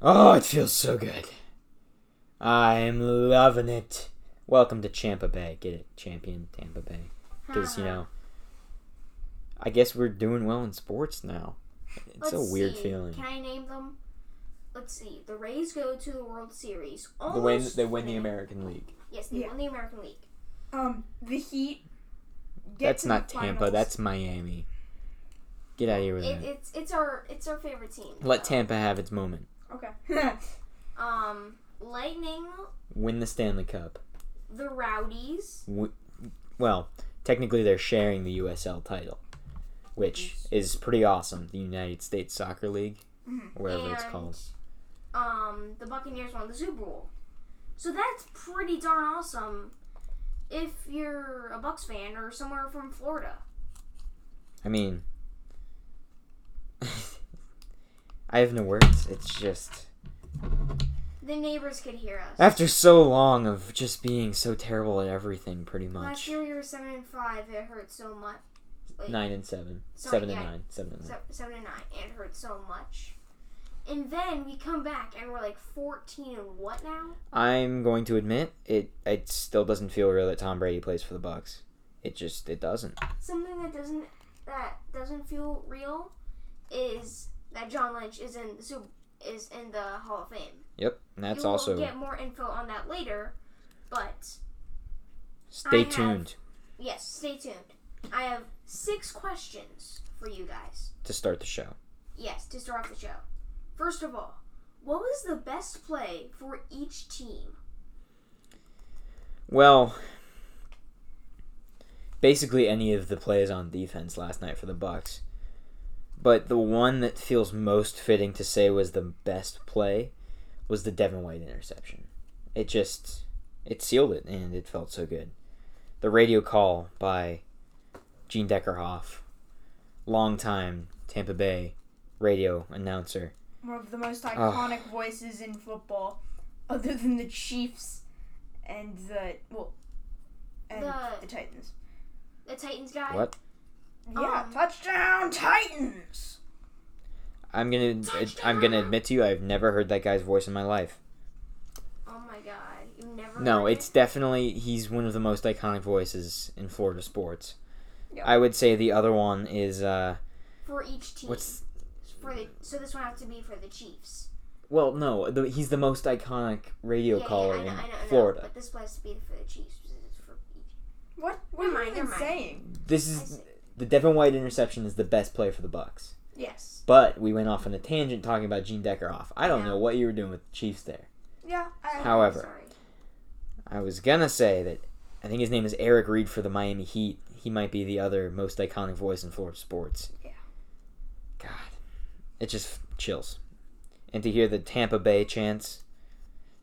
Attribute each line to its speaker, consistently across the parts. Speaker 1: Oh, it feels so good. I'm loving it. Welcome to Champa Bay. Get it? Champion Tampa Bay. Because,
Speaker 2: Ah.
Speaker 1: you know, I guess we're doing well in sports now. It's a weird
Speaker 2: see.
Speaker 1: feeling.
Speaker 2: Can I name them? Let's see. The Rays go to the World Series.
Speaker 1: The win,
Speaker 2: Almost
Speaker 1: they win the
Speaker 2: winning.
Speaker 1: American League.
Speaker 2: Yes, they
Speaker 3: Yeah.
Speaker 2: won the American League.
Speaker 3: Um, the Heat. get
Speaker 1: That's
Speaker 3: to the
Speaker 1: not Tampa.
Speaker 3: finals.
Speaker 1: That's Miami. Get out of here with
Speaker 2: It,
Speaker 1: that.
Speaker 2: it's it's our it's our favorite team.
Speaker 1: Let Tampa have its moment.
Speaker 3: okay.
Speaker 2: Um, Lightning,
Speaker 1: Win the Stanley Cup.
Speaker 2: the Rowdies.
Speaker 1: W- Well, technically they're sharing the USL title, which is pretty awesome. The United States Soccer League,
Speaker 3: Mhm.
Speaker 1: or whatever it's
Speaker 2: Mm-hmm. And-
Speaker 1: called.
Speaker 2: um, the Buccaneers won the Super Bowl. So that's pretty darn awesome if you're a Bucks fan or somewhere from Florida.
Speaker 1: I mean, I have no words. It's just
Speaker 2: The neighbors could hear us.
Speaker 1: after so long of just being so terrible at everything, pretty
Speaker 2: Last
Speaker 1: much.
Speaker 2: year we were seven and five. It hurt so much. Wait,
Speaker 1: Nine and seven,
Speaker 2: Sorry,
Speaker 1: seven and
Speaker 2: yeah.
Speaker 1: nine, seven and nine.
Speaker 2: se- seven and nine. and It hurt so much. And then we come back and we're like fourteen and what now?
Speaker 1: I'm going to admit it. It still doesn't feel real that Tom Brady plays for the Bucks. It just it doesn't.
Speaker 2: Something that doesn't that doesn't feel real is that John Lynch is in the Super, is in the Hall of Fame.
Speaker 1: Yep, and that's
Speaker 2: you will
Speaker 1: also.
Speaker 2: get more info on that later, but I
Speaker 1: Stay
Speaker 2: have-
Speaker 1: tuned
Speaker 2: Yes, stay tuned. I have six questions for you guys.
Speaker 1: to start the show.
Speaker 2: Yes, to start off the show. First of all, what was the best play for each team?
Speaker 1: Well, basically any of the plays on defense last night for the Bucks. But the one that feels most fitting to say was the best play was the Devin White interception. It just it sealed it and it felt so good. The radio call by Gene Deckerhoff, longtime Tampa Bay radio announcer.
Speaker 3: One of the most iconic voices in football, other than the Chiefs and the well, and the,
Speaker 2: The-
Speaker 3: Titans.
Speaker 2: The Titans guy.
Speaker 1: What?
Speaker 3: Yeah,
Speaker 2: Um,
Speaker 3: touchdown Titans.
Speaker 1: I'm going to I'm going to admit to you I've never heard that guy's voice in my life.
Speaker 2: Oh my God! You never.
Speaker 1: No,
Speaker 2: heard
Speaker 1: it's definitely he's one of the most iconic voices in Florida sports.
Speaker 3: Yeah.
Speaker 1: I would say the other one is uh
Speaker 2: it? for each team.
Speaker 1: what's
Speaker 2: for the so this one has to be for the Chiefs.
Speaker 1: well no the, he's the most iconic radio
Speaker 2: yeah,
Speaker 1: caller
Speaker 2: yeah, I know,
Speaker 1: in
Speaker 2: I know, I know,
Speaker 1: Florida.
Speaker 2: But this one has to be for the Chiefs. because it's for each.
Speaker 3: What? What
Speaker 2: Never
Speaker 3: am I
Speaker 2: mind,
Speaker 3: even
Speaker 2: never mind.
Speaker 3: saying?
Speaker 1: This
Speaker 2: I
Speaker 1: is
Speaker 2: see.
Speaker 1: the Devin White interception is the best play for the Bucks.
Speaker 3: Yes.
Speaker 1: But we went off on a tangent talking about Gene Deckerhoff. I don't
Speaker 2: Yeah.
Speaker 1: know what you were doing with the Chiefs there.
Speaker 3: Yeah. I,
Speaker 1: How- However.
Speaker 2: Sorry.
Speaker 1: I was gonna say that I think his name is Eric Reed for the Miami Heat. He might be the other most iconic voice in Florida sports.
Speaker 3: Yeah.
Speaker 1: God, it just chills. And to hear the Tampa Bay chants,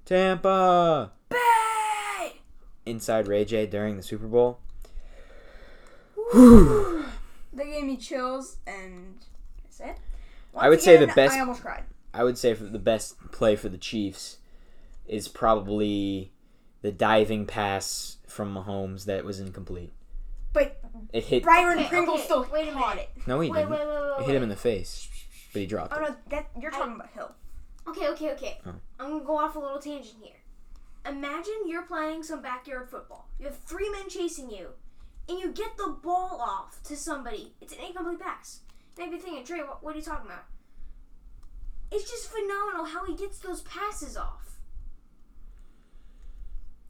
Speaker 1: Tampa
Speaker 3: Bay!
Speaker 1: inside Ray J during the Super Bowl.
Speaker 3: They gave me chills, and that's it.
Speaker 1: I would say the
Speaker 3: again,
Speaker 1: best-
Speaker 3: I almost cried.
Speaker 1: I would say for the best play for the Chiefs is probably the diving pass from Mahomes that was incomplete.
Speaker 3: But
Speaker 1: It hit.
Speaker 3: Byron
Speaker 2: Okay,
Speaker 3: Pringle
Speaker 2: okay,
Speaker 3: still
Speaker 2: wait a
Speaker 3: caught
Speaker 2: minute.
Speaker 3: it.
Speaker 1: No, he
Speaker 2: Wait, wait,
Speaker 1: didn't.
Speaker 2: wait, wait,
Speaker 1: It
Speaker 2: wait.
Speaker 1: hit him in the face, but he dropped
Speaker 3: Oh
Speaker 1: it.
Speaker 3: no, that you're talking about Hill.
Speaker 2: Okay, okay, okay.
Speaker 1: Oh.
Speaker 2: I'm gonna go off a little tangent here. Imagine you're playing some backyard football. You have three men chasing you, and you get the ball off to somebody. It's an incomplete pass. Now you're thinking, Trey, what, what are you talking about? It's just phenomenal how he gets those passes off.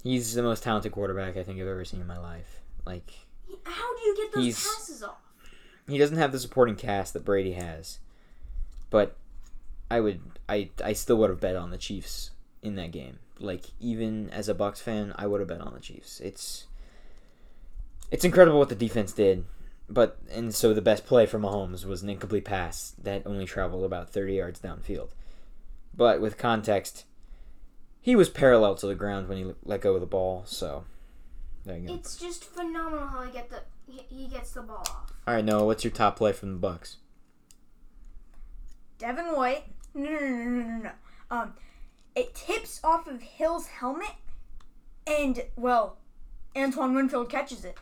Speaker 1: He's the most talented quarterback I think I've ever seen in my life. Like
Speaker 2: He- How do you get those
Speaker 1: He's-
Speaker 2: passes off?
Speaker 1: he doesn't have the supporting cast that Brady has, but I would I I still would have bet on the Chiefs in that game. Like even as a Bucks fan, I would have bet on the Chiefs. It's it's incredible what the defense did, but and so the best play for Mahomes was an incomplete pass that only traveled about thirty yards downfield. But with context, he was parallel to the ground when he let go of the ball. So there you go.
Speaker 2: It's just phenomenal how he get the he, he gets the ball off.
Speaker 1: All right, Noah, what's your top play from the Bucks?
Speaker 3: Devin White. No, no, no, no, no, no. Um, it tips off of Hill's helmet, and well, Antoine Winfield catches it.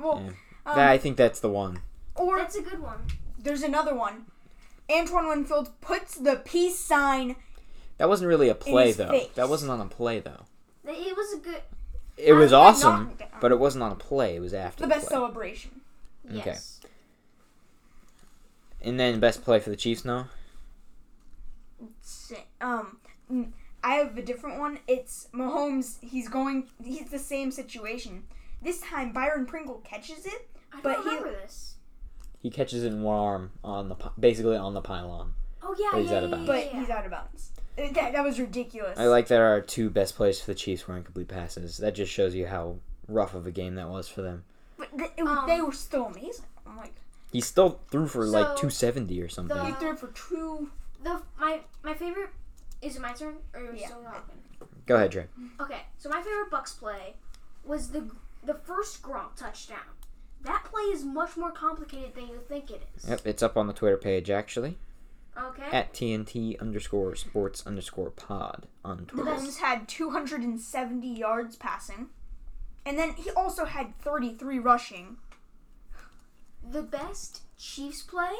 Speaker 3: Well,
Speaker 1: Yeah.
Speaker 3: um,
Speaker 1: That- I think that's the one.
Speaker 3: or
Speaker 2: That's a good one.
Speaker 3: there's another one Antoine Winfield puts the peace sign.
Speaker 1: That wasn't really a play
Speaker 3: his
Speaker 1: though.
Speaker 3: face.
Speaker 1: That wasn't on a play though.
Speaker 2: It was a good.
Speaker 1: It was
Speaker 3: I'm not-
Speaker 1: awesome, but it wasn't on a play. It was after
Speaker 3: The best
Speaker 1: play.
Speaker 3: celebration.
Speaker 2: Yes.
Speaker 1: And then best play for the Chiefs now.
Speaker 3: Sa- Um, mm, I have a different one. It's Mahomes. He's going. He's the same situation. This time, Byron Pringle catches it.
Speaker 2: I don't
Speaker 3: But he-
Speaker 2: remember this.
Speaker 1: He catches it in one arm on the pi- basically on the pylon.
Speaker 2: Oh yeah,
Speaker 1: But he's
Speaker 2: yeah,
Speaker 1: out of
Speaker 2: yeah,
Speaker 1: bounds.
Speaker 2: yeah,
Speaker 3: but
Speaker 2: yeah.
Speaker 3: he's out of bounds. Uh, That, that was ridiculous.
Speaker 1: I like that our two best plays for the Chiefs were incomplete passes. That just shows you how rough of a game that was for them.
Speaker 3: But th- it was-
Speaker 2: Um,
Speaker 3: they were still amazing. I'm like,
Speaker 1: He still threw for like
Speaker 2: So,
Speaker 1: 270 or something.
Speaker 3: he
Speaker 2: the-
Speaker 3: threw for two.
Speaker 2: The my my favorite is it my turn or are you
Speaker 3: Yeah.
Speaker 2: still talking?
Speaker 1: Go ahead, Dre.
Speaker 2: Okay, so my favorite Bucks play was the the first Gronk touchdown. That play is much more complicated than you think it is.
Speaker 1: Yep, Eh. it's up on the Twitter page actually
Speaker 2: Okay.
Speaker 1: at TNT underscore sports underscore pod on Twitter.
Speaker 3: Mahomes had 270 yards passing, and then he also had 33 rushing.
Speaker 2: the best Chiefs play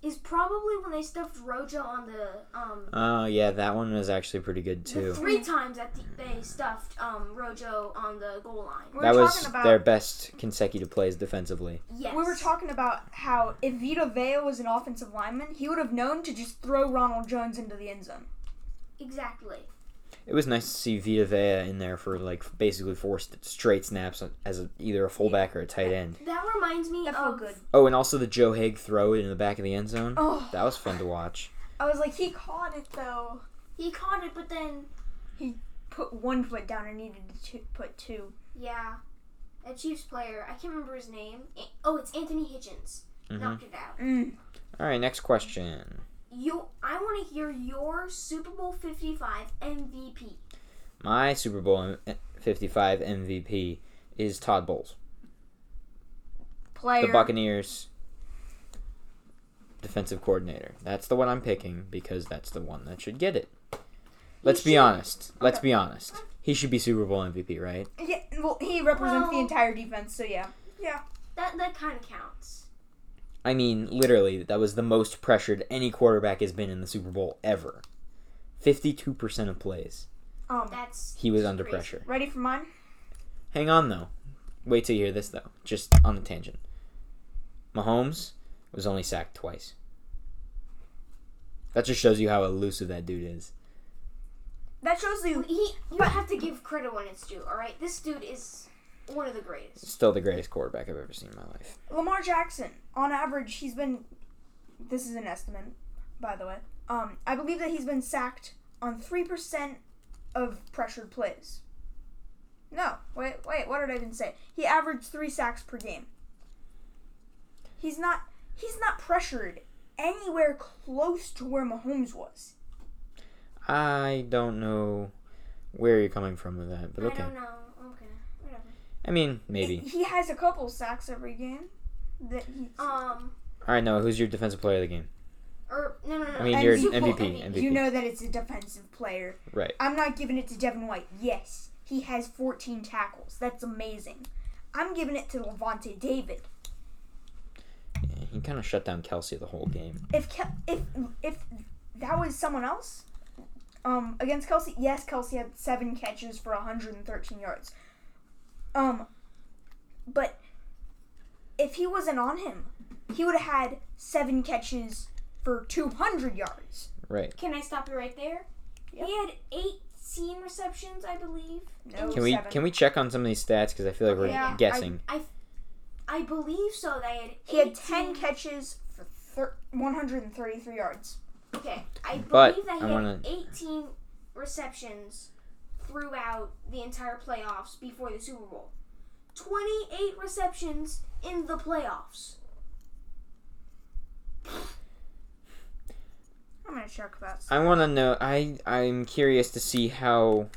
Speaker 2: is probably when they stuffed Rojo on the um
Speaker 1: Oh yeah, that one was actually pretty good
Speaker 2: the
Speaker 1: too.
Speaker 2: three times that the, they stuffed um Rojo on the goal line.
Speaker 3: We
Speaker 1: That
Speaker 3: were
Speaker 1: was
Speaker 3: talking about
Speaker 1: their best consecutive plays defensively.
Speaker 2: Yes.
Speaker 3: we were talking about how if Vita Vea was an offensive lineman, he would have known to just throw Ronald Jones into the end zone.
Speaker 2: exactly.
Speaker 1: It was nice to see Vita Vea in there for like basically four st- straight snaps as a, either a fullback or a tight end.
Speaker 2: That reminds me
Speaker 3: That felt
Speaker 2: of
Speaker 3: good.
Speaker 1: Oh, and also the Joe Haig throw in the back of the end zone.
Speaker 3: Oh,
Speaker 1: That was fun to watch.
Speaker 3: I was like, he caught it though.
Speaker 2: he caught it, but then
Speaker 3: Put one foot down and needed to two, put two.
Speaker 2: Yeah. A Chiefs player. I can't remember his name. A- oh, it's Anthony Hitchens.
Speaker 1: Mm-hmm.
Speaker 2: Knocked it out.
Speaker 3: Mm.
Speaker 1: All right, next question.
Speaker 2: You I want to hear your Super Bowl 55 MVP.
Speaker 1: My Super Bowl M- eh, 55 MVP is Todd Bowles.
Speaker 3: Player.
Speaker 1: The Buccaneers defensive coordinator. That's the one I'm picking because that's the one that should get it. Let's be
Speaker 2: should-
Speaker 1: honest. Let's
Speaker 3: Okay.
Speaker 1: be honest. He should be Super Bowl MVP, right?
Speaker 3: Yeah, well, he represents the
Speaker 2: Well-
Speaker 3: entire defense, so yeah.
Speaker 2: That that kind of counts.
Speaker 1: I mean, literally, that was the most pressured any quarterback has been in the Super Bowl ever. 52% of plays,
Speaker 3: Um,
Speaker 2: That's
Speaker 1: he was under
Speaker 2: crazy.
Speaker 1: pressure.
Speaker 3: ready for mine?
Speaker 1: Hang on, though. Wait till you hear this, though. Just on the tangent. Mahomes was only sacked twice. That just shows you how elusive that dude is.
Speaker 3: That shows you.
Speaker 2: He you have to give credit when it's due, all right? This dude is one of the greatest.
Speaker 1: Still the greatest quarterback I've ever seen in my life.
Speaker 3: Lamar Jackson, on average, he's been. This is an estimate, by the way. Um, I believe that he's been sacked on three percent of pressured plays. No, wait, wait. What did I even say? He averaged three sacks per game. He's not. He's not pressured anywhere close to where Mahomes was.
Speaker 1: I don't know where you're coming from with that, but
Speaker 2: I
Speaker 1: okay.
Speaker 2: don't know. Okay. Whatever.
Speaker 1: I mean, maybe.
Speaker 3: He has a couple sacks every game. That he.
Speaker 2: Um
Speaker 1: All right, Noah, who's your defensive player of the game?
Speaker 2: or no no no.
Speaker 1: I mean,
Speaker 2: no.
Speaker 1: you're
Speaker 3: MVP.
Speaker 1: MVP, MVP.
Speaker 3: you know that it's a defensive player.
Speaker 1: Right.
Speaker 3: I'm not giving it to Devin White. Yes, he has 14 tackles. That's amazing. I'm giving it to Levante David.
Speaker 1: Yeah, he kind of shut down Kelsey the whole game.
Speaker 3: If Kel- if if that was someone else, um, against Kelsey, yes, Kelsey had seven catches for 113 yards. Um, but if he wasn't on him, he would have had seven catches for 200 yards.
Speaker 1: Right.
Speaker 2: Can I stop you right there?
Speaker 3: Yep.
Speaker 2: He had 18 receptions, I believe.
Speaker 3: No,
Speaker 1: Can we
Speaker 3: seven.
Speaker 1: can we check on some of these stats because I feel like we're
Speaker 3: Yeah, I-
Speaker 1: guessing.
Speaker 2: I believe so. They had
Speaker 3: He had 10
Speaker 2: 18
Speaker 3: catches for thir- 133 yards.
Speaker 2: Okay, I believe
Speaker 1: But
Speaker 2: that he
Speaker 1: I wanna-
Speaker 2: had 18 receptions throughout the entire playoffs before the Super Bowl. 28 receptions in the playoffs.
Speaker 3: I'm gonna check about.
Speaker 1: I, want to know. I I'm curious to see how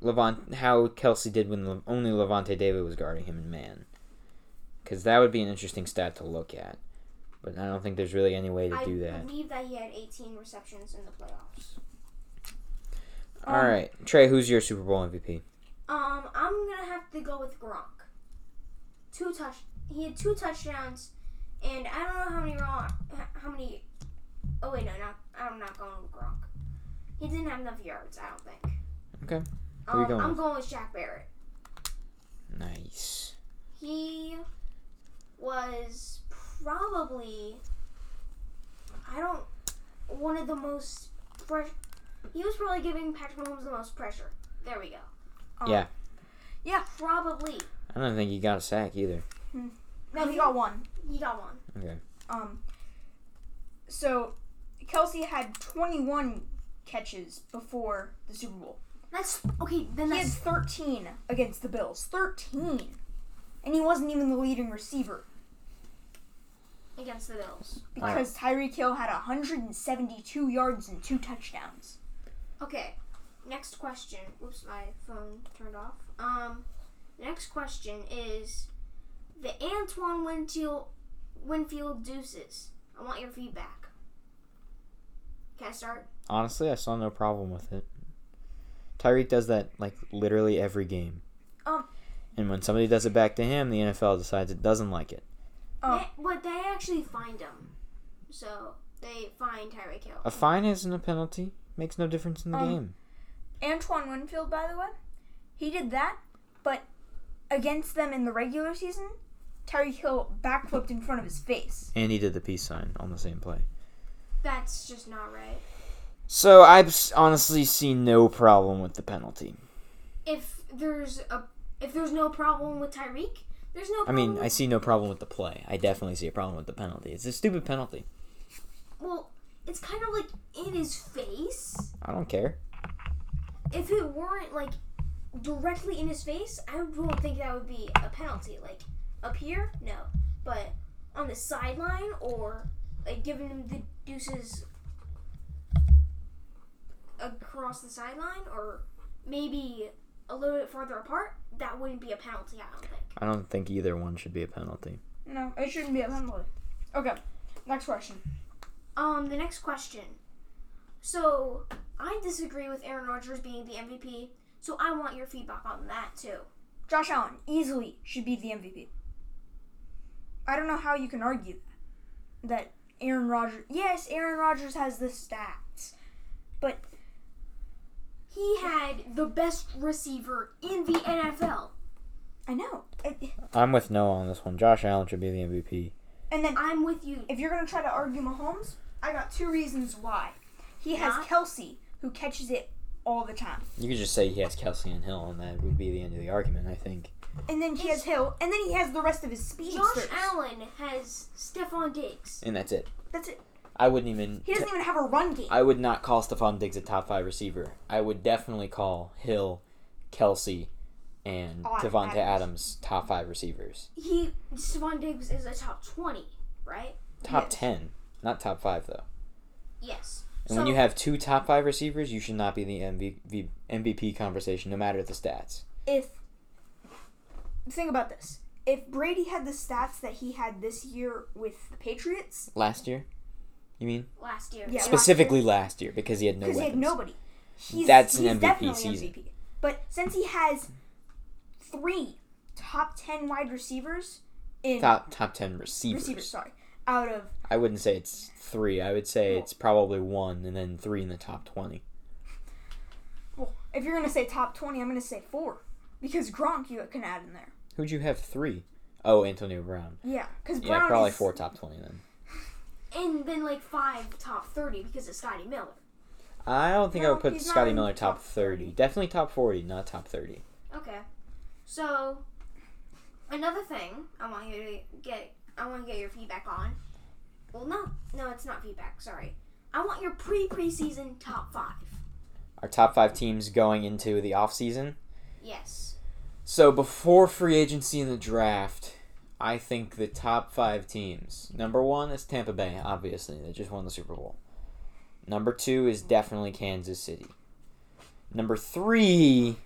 Speaker 1: Levant how Kelsey did when Le, only Levante David was guarding him in man, because that would be an interesting stat to look at. But I don't think there's really any way to
Speaker 2: I
Speaker 1: do that.
Speaker 2: believe that he had 18 receptions in the playoffs.
Speaker 1: All right, Trey, who's your Super Bowl MVP?
Speaker 2: Um, I'm gonna have to go with Gronk. Two touch. He had two touchdowns, and I don't know how many wrong, how many Oh wait, no, not, I'm not going with Gronk. He didn't have enough yards, I don't think.
Speaker 1: Okay. Who are you
Speaker 2: Um,
Speaker 1: going
Speaker 2: I'm
Speaker 1: with?
Speaker 2: going with Jack Barrett.
Speaker 1: Nice.
Speaker 2: He was probably I don't one of the most fresh. He was probably giving Patrick Mahomes the most pressure. There we go.
Speaker 3: Um,
Speaker 1: Yeah.
Speaker 3: Yeah.
Speaker 2: Probably
Speaker 1: I don't think he got a sack either.
Speaker 3: No, he got one.
Speaker 2: he got one.
Speaker 3: Um, so Kelsey had 21 catches before the Super Bowl.
Speaker 2: That's okay. Then
Speaker 3: He had
Speaker 2: that's
Speaker 3: 13 against the Bills. 13. And he wasn't even the leading receiver
Speaker 2: against the Bills.
Speaker 3: because Tyreek Hill had 172 yards and two touchdowns.
Speaker 2: Okay. Next question. Whoops, my phone turned off. Um, next question is the Antoine Winfield Winfield Deuces. I want your feedback. Can I start?
Speaker 1: Honestly, I saw no problem with it. Tyreek does that like literally every game.
Speaker 3: Um.
Speaker 1: And when somebody does it back to him, the NFL decides it doesn't like it.
Speaker 3: Oh.
Speaker 2: They- but they actually find him. So they find Tyreek Hill.
Speaker 1: A fine isn't a penalty. Makes no difference in the
Speaker 3: Um,
Speaker 1: game.
Speaker 3: Antoine Winfield, by the way, he did that, but against them in the regular season, Tyreek Hill backflipped in front of his face.
Speaker 1: And he did the peace sign on the same play.
Speaker 2: That's just not right.
Speaker 1: So I s- honestly see no problem with the penalty.
Speaker 2: If there's a if there's no problem with Tyreek, there's no.
Speaker 1: I
Speaker 2: Problem
Speaker 1: mean, I see no problem with the play. I definitely see a problem with the penalty. It's a stupid penalty.
Speaker 2: well, it's kind of like in his face.
Speaker 1: I don't care.
Speaker 2: if it weren't like directly in his face, I don't think that would be a penalty. Like up here, no, but on the sideline or like giving him the deuces across the sideline or maybe a little bit farther apart, that wouldn't be a penalty. I don't think.
Speaker 1: I don't think either one should be a penalty.
Speaker 3: No, it shouldn't be a penalty. Okay, next question.
Speaker 2: Um, the next question. So I disagree with Aaron Rodgers being the MVP. So I want your feedback on that too.
Speaker 3: Josh Allen easily should be the MVP. I don't know how you can argue that. That Aaron Rodgers. Yes, Aaron Rodgers has the stats.
Speaker 2: He had the best receiver in the NFL.
Speaker 3: I know. It-
Speaker 1: I'm with Noah on this one. Josh Allen should be the MVP.
Speaker 3: and then
Speaker 2: I'm with you.
Speaker 3: if you're going to try to argue Mahomes, I got two reasons why. He has
Speaker 2: Yeah.
Speaker 3: Kelsey, who catches it all the time.
Speaker 1: You could just say he has Kelsey and Hill, and that would be the end of the argument, I think.
Speaker 3: And then he has Hill. And then he has the rest of his
Speaker 2: Josh
Speaker 3: speedsters.
Speaker 2: Allen has Stephon Diggs.
Speaker 1: And that's it.
Speaker 3: That's it.
Speaker 1: I wouldn't even.
Speaker 3: He doesn't even have a run game.
Speaker 1: I would not call Stephon Diggs a top five receiver. I would definitely call Hill, Kelsey, and
Speaker 3: Oh,
Speaker 1: Devonta Adams.
Speaker 3: Adams.
Speaker 1: top five receivers.
Speaker 2: He Stephon Diggs is a top twenty, right?
Speaker 1: Top
Speaker 3: Yes.
Speaker 1: ten, not top five though.
Speaker 2: Yes.
Speaker 1: And when you have two top five receivers, you should not be in the MV MVP conversation, no matter the stats.
Speaker 3: if think about this if brady had the stats that he had this year with the patriots
Speaker 1: Last year, you mean
Speaker 2: last year,
Speaker 3: Yeah. Last year.
Speaker 1: specifically last year because he had no
Speaker 3: because
Speaker 1: weapons.
Speaker 3: he had nobody he's,
Speaker 1: That's an
Speaker 3: he's
Speaker 1: MVP
Speaker 3: definitely
Speaker 1: season.
Speaker 3: MVP. but since he has three top 10 wide receivers in
Speaker 1: top top ten receivers.
Speaker 3: receivers sorry out of
Speaker 1: I wouldn't say it's three. I would say it's probably one, and then three in the top twenty.
Speaker 3: well if you're gonna say top 20 i'm gonna say four because gronk you can add in there
Speaker 1: Who'd you have three? Oh, Antonio Brown.
Speaker 3: yeah because
Speaker 1: Yeah,
Speaker 3: brown
Speaker 1: probably
Speaker 3: is,
Speaker 1: four top twenty then.
Speaker 2: and then like five top thirty because of Scotty Miller.
Speaker 1: I don't think I
Speaker 3: No,
Speaker 1: would put
Speaker 3: he's not
Speaker 1: Scotty
Speaker 3: in
Speaker 1: Miller
Speaker 3: the
Speaker 1: top
Speaker 3: top
Speaker 1: thirty.
Speaker 3: 30.
Speaker 1: Definitely top forty, not top thirty.
Speaker 2: Okay. So another thing I want you to get I want to get your feedback on. Well, no, no, it's not feedback. Sorry. I want your pre preseason top five.
Speaker 1: Our top five teams going into the offseason.
Speaker 2: Yes.
Speaker 1: So before free agency and the draft, I think the top five teams. Number one is Tampa Bay, obviously. They just won the Super Bowl. Number two is definitely Kansas City. Number three,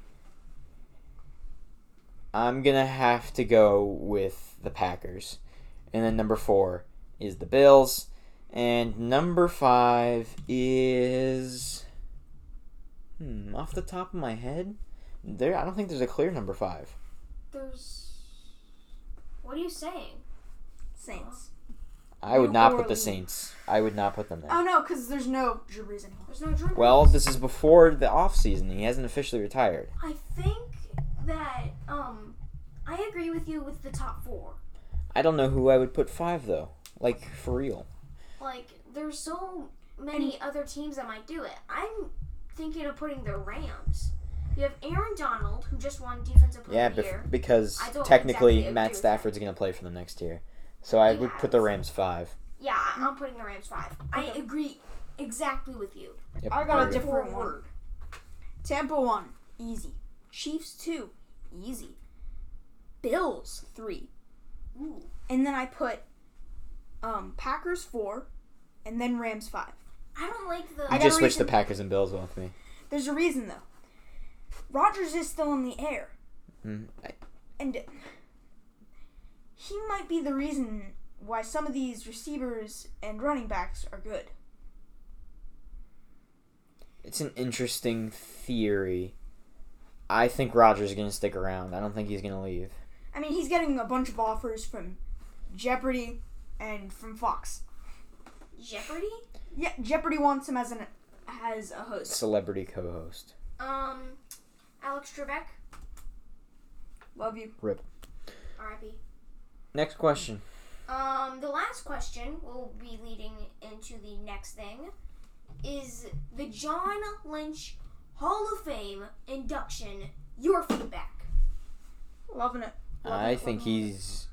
Speaker 1: I'm going to have to go with the Packers. And then number four is the Bills. And number five is. Hmm, off the top of my head, there I don't think there's a clear number five.
Speaker 2: There's. What are you saying?
Speaker 3: saints
Speaker 1: I would not
Speaker 3: Or
Speaker 1: put the
Speaker 3: Leeds.
Speaker 1: Saints. I would not put them there.
Speaker 3: Oh no, because there's no Drew Brees anymore.
Speaker 2: There's no Drew.
Speaker 1: Well,
Speaker 2: Brees.
Speaker 1: this is before the offseason. He hasn't officially retired.
Speaker 2: I think that um, I agree with you with the top four.
Speaker 1: I don't know who I would put five though. Like for real.
Speaker 2: Like there's so many other teams that might do it. I'm thinking of putting the Rams. You have Aaron Donald who just won defensive player
Speaker 1: Yeah,
Speaker 2: of the
Speaker 1: bef-
Speaker 2: year.
Speaker 1: because
Speaker 2: I don't
Speaker 1: technically
Speaker 2: exactly agree
Speaker 1: Matt
Speaker 2: with that.
Speaker 1: Stafford's going to play for them next year. So I
Speaker 2: He
Speaker 1: would put the
Speaker 2: has.
Speaker 1: Rams five.
Speaker 2: Yeah, I- I'm putting the Rams five. I
Speaker 3: Okay.
Speaker 2: agree exactly with you.
Speaker 1: Yep,
Speaker 3: I got a
Speaker 1: agree.
Speaker 3: different-
Speaker 2: Forward.
Speaker 3: one. Tampa one, easy. Chiefs two, easy. Bills three,
Speaker 2: Ooh.
Speaker 3: and then I put um Packers four, and then Rams five.
Speaker 2: I don't like the.
Speaker 1: You
Speaker 3: I got
Speaker 1: just
Speaker 3: a
Speaker 1: switched the
Speaker 3: reason.
Speaker 1: Packers and Bills with me.
Speaker 3: There's a reason though. Rogers is still in the air,
Speaker 1: Mm, I-
Speaker 3: and he might be the reason why some of these receivers and running backs are good.
Speaker 1: It's an interesting theory. I think Rogers is going to stick around. I don't think he's going to leave.
Speaker 3: I mean, he's getting a bunch of offers from Jeopardy and from Fox.
Speaker 2: Jeopardy.
Speaker 3: Yeah, Jeopardy wants him as an as a host.
Speaker 1: Celebrity co-host.
Speaker 2: Um, Alex Trebek.
Speaker 3: Love you.
Speaker 2: R.I.P.
Speaker 1: Next question.
Speaker 2: Um, the last question will be leading into the next thing is the John Lynch Hall of Fame induction. Your feedback.
Speaker 3: Loving it. Love
Speaker 1: I
Speaker 3: it,
Speaker 1: think
Speaker 3: love it.
Speaker 1: he's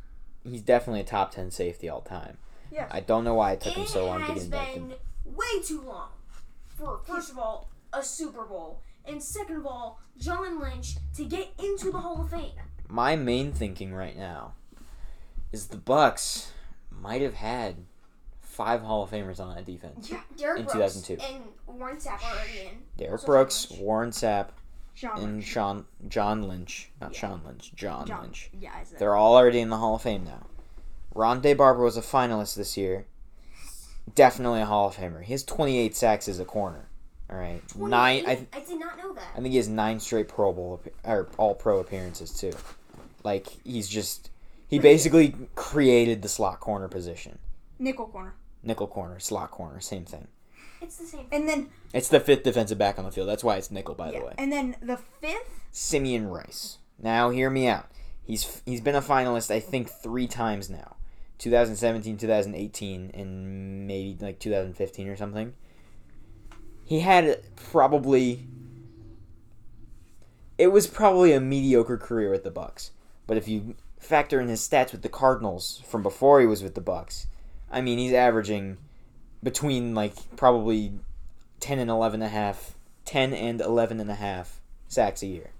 Speaker 1: he's definitely a top ten safety all time.
Speaker 3: Yes.
Speaker 1: I don't know why it took him
Speaker 2: It
Speaker 1: so long to get
Speaker 2: has
Speaker 1: inducted.
Speaker 2: been way too long for first of all a Super Bowl and second of all John Lynch to get into the Hall of Fame.
Speaker 1: My main thinking right now is the Bucks might have had five Hall of Famers on that defense.
Speaker 3: Yeah.
Speaker 2: Derek
Speaker 1: In
Speaker 2: Brooks
Speaker 1: 2002.
Speaker 2: and Warren Sapp are already in.
Speaker 1: Derek
Speaker 2: Also John
Speaker 1: Brooks,
Speaker 2: Lynch.
Speaker 1: Warren Sapp,
Speaker 3: Sean.
Speaker 1: and Sean John Lynch. Not
Speaker 3: Yeah.
Speaker 1: Sean Lynch, John,
Speaker 3: John.
Speaker 1: Lynch.
Speaker 3: Yeah, I said.
Speaker 1: They're all already in the Hall of Fame now. Rondé Barber was a finalist this year. Definitely a Hall of Famer. He has 28 sacks as a corner. All right. Nine. I,
Speaker 2: 28? I did not know that.
Speaker 1: I think he has nine straight Pro Bowl appe- or All Pro appearances too. Like he's just he basically created the slot corner position,
Speaker 3: Nickel corner.
Speaker 1: nickel corner, slot corner, same thing.
Speaker 2: It's the same.
Speaker 3: And then
Speaker 1: It's the fifth defensive back on the field. That's why it's nickel, by
Speaker 3: yeah.
Speaker 1: the way.
Speaker 3: And then the fifth.
Speaker 1: Simeon Rice. Now hear me out. He's he's been a finalist I think three times now. 2017, 2018, and maybe like 2015 or something. He had probably it was probably a mediocre career with the Bucks. But if you factor in his stats with the Cardinals from before he was with the Bucks, I mean he's averaging between like probably 10 and 11 and a half, 10 and 11 and a half sacks a year.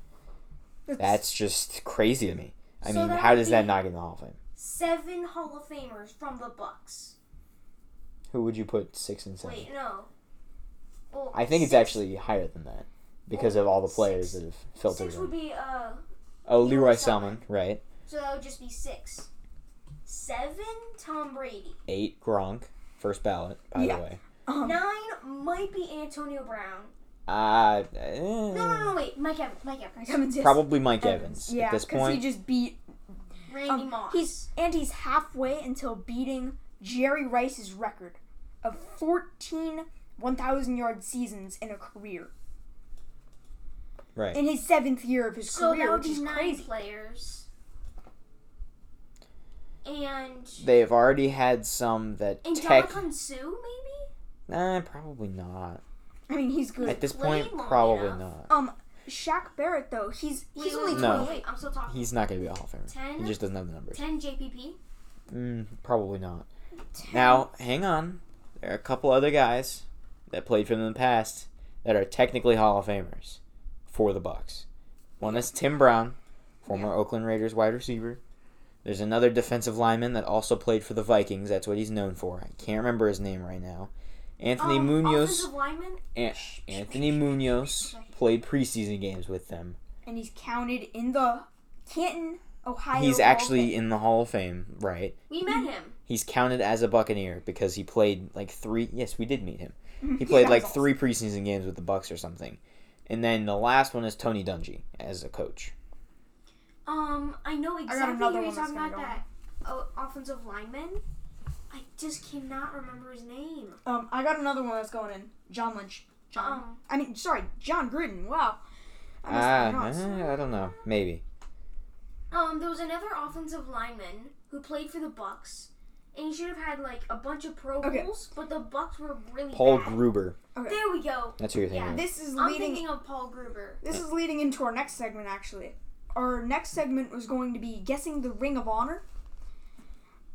Speaker 1: That's just crazy to me. I
Speaker 2: So
Speaker 1: mean,
Speaker 2: that
Speaker 1: how
Speaker 2: would
Speaker 1: does that
Speaker 2: be-
Speaker 1: not get in the Hall of Fame?
Speaker 2: Seven Hall of Famers from the Bucks.
Speaker 1: Who would you put six and seven?
Speaker 2: Wait, no. Well,
Speaker 1: I think it's
Speaker 2: six-
Speaker 1: actually higher than that because of all the players
Speaker 2: Six.
Speaker 1: that have filtered
Speaker 2: six
Speaker 1: in.
Speaker 2: would be uh,
Speaker 1: oh, Leroy
Speaker 2: Leroy
Speaker 1: Salmon,
Speaker 2: Salmon.
Speaker 1: right?
Speaker 2: so that would just be six. Seven, Tom Brady.
Speaker 1: Eight Gronk, first ballot, by
Speaker 3: Yeah.
Speaker 1: the way.
Speaker 3: Um,
Speaker 2: Nine might be Antonio Brown.
Speaker 1: Uh,
Speaker 2: No, no,
Speaker 1: eh,
Speaker 2: no, wait, Mike Evans, Mike Evans,
Speaker 3: Evans is-
Speaker 1: probably
Speaker 2: Uh,
Speaker 1: Mike
Speaker 3: Evans.
Speaker 1: Evans,
Speaker 3: Yeah,
Speaker 1: at this
Speaker 3: 'cause
Speaker 1: point.
Speaker 3: he just beat.
Speaker 2: Randy
Speaker 3: Um,
Speaker 2: Moss.
Speaker 3: he's and he's halfway until beating Jerry Rice's record of 14 1,000 yard seasons in a career
Speaker 1: right.
Speaker 3: in his seventh year of his
Speaker 2: so
Speaker 3: career,
Speaker 2: that would
Speaker 3: which
Speaker 2: be
Speaker 3: is
Speaker 2: nine
Speaker 3: crazy.
Speaker 2: players. And
Speaker 1: They've already had some that
Speaker 2: and
Speaker 1: tech.
Speaker 2: Dominican Sue maybe.
Speaker 1: Nah, probably not.
Speaker 3: I mean, he's good.
Speaker 1: At this
Speaker 2: played
Speaker 1: point,
Speaker 2: long
Speaker 1: probably
Speaker 2: enough.
Speaker 1: not.
Speaker 3: Um, Shaq Barrett though, he's he's
Speaker 2: Wait,
Speaker 3: only
Speaker 2: wait,
Speaker 1: No.
Speaker 2: wait, wait, I'm still talking.
Speaker 1: He's not going to be a Hall of Famer. He
Speaker 2: Ten?
Speaker 1: just doesn't have the numbers.
Speaker 2: Ten JPP.
Speaker 1: Mm, probably not. Now, hang on. There are a couple other guys that played for them in the past that are technically Hall of Famers for the Bucks. One is Tim Brown, former Oakland Raiders wide receiver. There's another defensive lineman that also played for the Vikings. That's what he's known for. I can't remember his name right now. Anthony
Speaker 2: Um,
Speaker 1: Munoz.
Speaker 2: Offensive lineman.
Speaker 1: An- Anthony Munoz played preseason games with them.
Speaker 3: and he's counted in the Canton, Ohio.
Speaker 1: He's
Speaker 3: Hall of
Speaker 1: actually
Speaker 3: Fame.
Speaker 1: in the Hall of Fame, right?
Speaker 2: We
Speaker 3: Mm-hmm.
Speaker 2: met him.
Speaker 1: he's counted as a Buccaneer because he played like three. Yes, we did meet him. He played
Speaker 3: that
Speaker 1: like
Speaker 3: was
Speaker 1: three preseason games with the Bucks or something. And then the last one is Tony Dungy as a coach.
Speaker 2: Um, I know
Speaker 3: got
Speaker 2: exactly
Speaker 3: another
Speaker 2: who you're
Speaker 3: one that's
Speaker 2: talking Oh,
Speaker 3: gonna
Speaker 2: about. That uh, offensive lineman. I just cannot remember his name.
Speaker 3: Um, I got another one that's going in. John Lynch. John.
Speaker 2: Um,
Speaker 3: I mean, sorry, John Gruden. Wow. I must have
Speaker 1: Ah,
Speaker 3: pronounced.
Speaker 1: I don't know. Maybe.
Speaker 2: Um, there was another offensive lineman who played for the Bucks, and he should have had like a bunch of Pro
Speaker 3: Okay.
Speaker 2: Bowls, but the Bucks were really
Speaker 1: Paul
Speaker 2: bad.
Speaker 1: Gruber.
Speaker 2: There we go.
Speaker 1: That's who you're
Speaker 2: Yeah,
Speaker 1: thinking.
Speaker 3: This is
Speaker 2: I'm
Speaker 3: leading.
Speaker 2: thinking of Paul Gruber.
Speaker 3: This is leading into our next segment, actually. Our next segment was going to be guessing the Ring of Honor.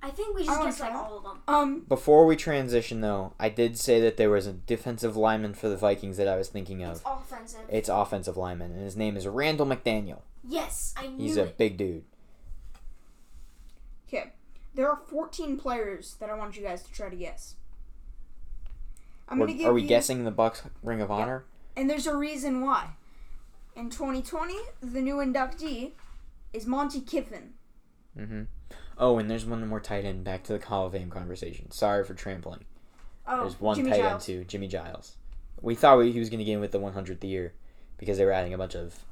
Speaker 2: I think we
Speaker 3: I
Speaker 2: just
Speaker 3: wanna
Speaker 2: guessed like
Speaker 3: try.
Speaker 2: all of them.
Speaker 3: Um,
Speaker 1: Before we transition, though, I did say that there was a defensive lineman for the Vikings that I was thinking
Speaker 2: It's
Speaker 1: of.
Speaker 2: offensive.
Speaker 1: It's offensive lineman, and his name is Randall McDaniel.
Speaker 2: yes, I knew
Speaker 1: He's a
Speaker 2: it.
Speaker 1: big dude.
Speaker 3: there are 14 players that I want you guys to try to guess. I'm
Speaker 1: We're-
Speaker 3: gonna give
Speaker 1: are we
Speaker 3: you,
Speaker 1: guessing the Bucks Ring of Honor?
Speaker 3: And there's a reason why. In 2020, the new inductee is Monty Kiffin.
Speaker 1: Mm-hmm. Oh, and there's one more tight end. Back to the Hall of Fame conversation. Sorry for trampling.
Speaker 3: Oh,
Speaker 1: There's one
Speaker 3: Jimmy
Speaker 1: tight
Speaker 3: Giles.
Speaker 1: end too, Jimmy Giles. We thought we, he was going to get in with the 100th year because they were adding a bunch of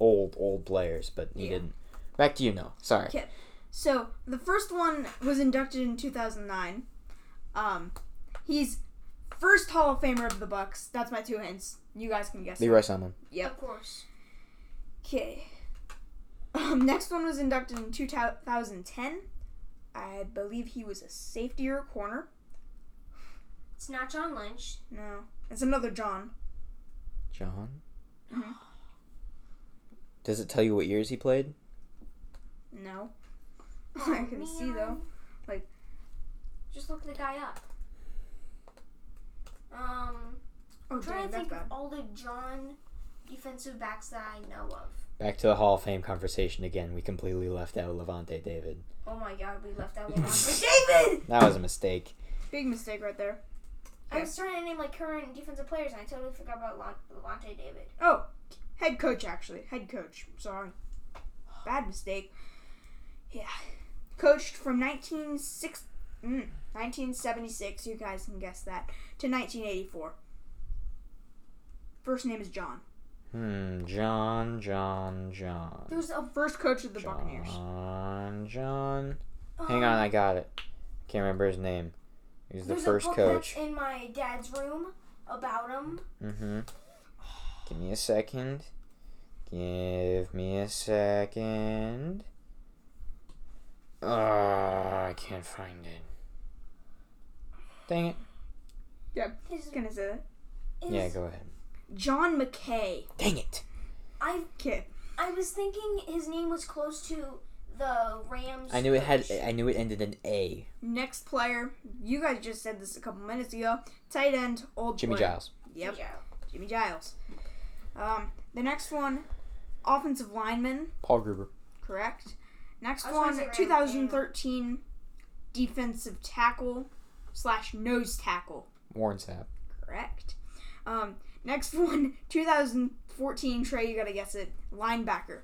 Speaker 1: old old players, but he
Speaker 3: Yeah.
Speaker 1: didn't. Back to you, no. Sorry.
Speaker 3: Okay. So the first one was inducted in 2009. Um, he's first Hall of Famer of the Bucks. That's my two hints. You guys can guess.
Speaker 1: Leroy Simon.
Speaker 3: Yep.
Speaker 2: Of course.
Speaker 3: Okay. Um, next one was inducted in 2010. I believe he was a safety or a corner.
Speaker 2: It's not John Lynch.
Speaker 3: No, it's another John.
Speaker 1: John.
Speaker 3: Mhm.
Speaker 1: Does it tell you what years he played?
Speaker 3: No, I
Speaker 2: Oh,
Speaker 3: can see though.
Speaker 2: man.
Speaker 3: Like-
Speaker 2: just look the guy up. Um,
Speaker 3: Oh,
Speaker 2: I'm trying
Speaker 3: dang,
Speaker 2: to
Speaker 3: that's
Speaker 2: think
Speaker 3: bad.
Speaker 2: of all the John defensive backs that I know of.
Speaker 1: Back to the Hall of Fame conversation again. We completely left out Levante David.
Speaker 2: Oh my God, we left out LeBron.
Speaker 3: David.
Speaker 1: That was a mistake.
Speaker 3: Big mistake right there.
Speaker 2: I was trying to name like current defensive players, and I totally forgot about Lon- Levante David.
Speaker 3: Oh, head coach actually. Head coach. Sorry. Bad mistake. Yeah. Coached from 1960 mm, 1976, you guys can guess that, to 1984. First name is John.
Speaker 1: Hmm. John. John. John.
Speaker 2: There was a
Speaker 3: First coach of the Buccaneers.
Speaker 1: John. John.
Speaker 2: um,
Speaker 1: Hang on, I got it. Can't remember his name. He was the
Speaker 2: there's
Speaker 1: first
Speaker 2: a book
Speaker 1: coach.
Speaker 2: that's in my dad's room about him.
Speaker 1: Mm-hmm. Give me a second. Give me a second. Uh, I can't find it. Dang it.
Speaker 2: His,
Speaker 3: Gonna say that.
Speaker 2: his
Speaker 1: Yeah, go ahead.
Speaker 3: John McKay.
Speaker 1: Dang it.
Speaker 2: I
Speaker 3: Okay.
Speaker 2: I was thinking his name was close to the Rams.
Speaker 1: I knew it had.
Speaker 2: coach.
Speaker 1: I knew it ended in A.
Speaker 3: Next player. You guys just said this a couple minutes ago. Tight end, old
Speaker 1: Jimmy
Speaker 3: player.
Speaker 1: Giles.
Speaker 3: Yep.
Speaker 2: Yeah.
Speaker 3: Jimmy Giles. Um, the next one, offensive lineman.
Speaker 1: Paul Gruber.
Speaker 3: Correct. Next
Speaker 2: I was gonna
Speaker 3: one,
Speaker 2: say Rand
Speaker 3: 2013 defensive tackle slash nose tackle.
Speaker 1: Warren Sapp.
Speaker 3: Correct. Um, next one, 2014 Trey, you gotta guess it. Linebacker.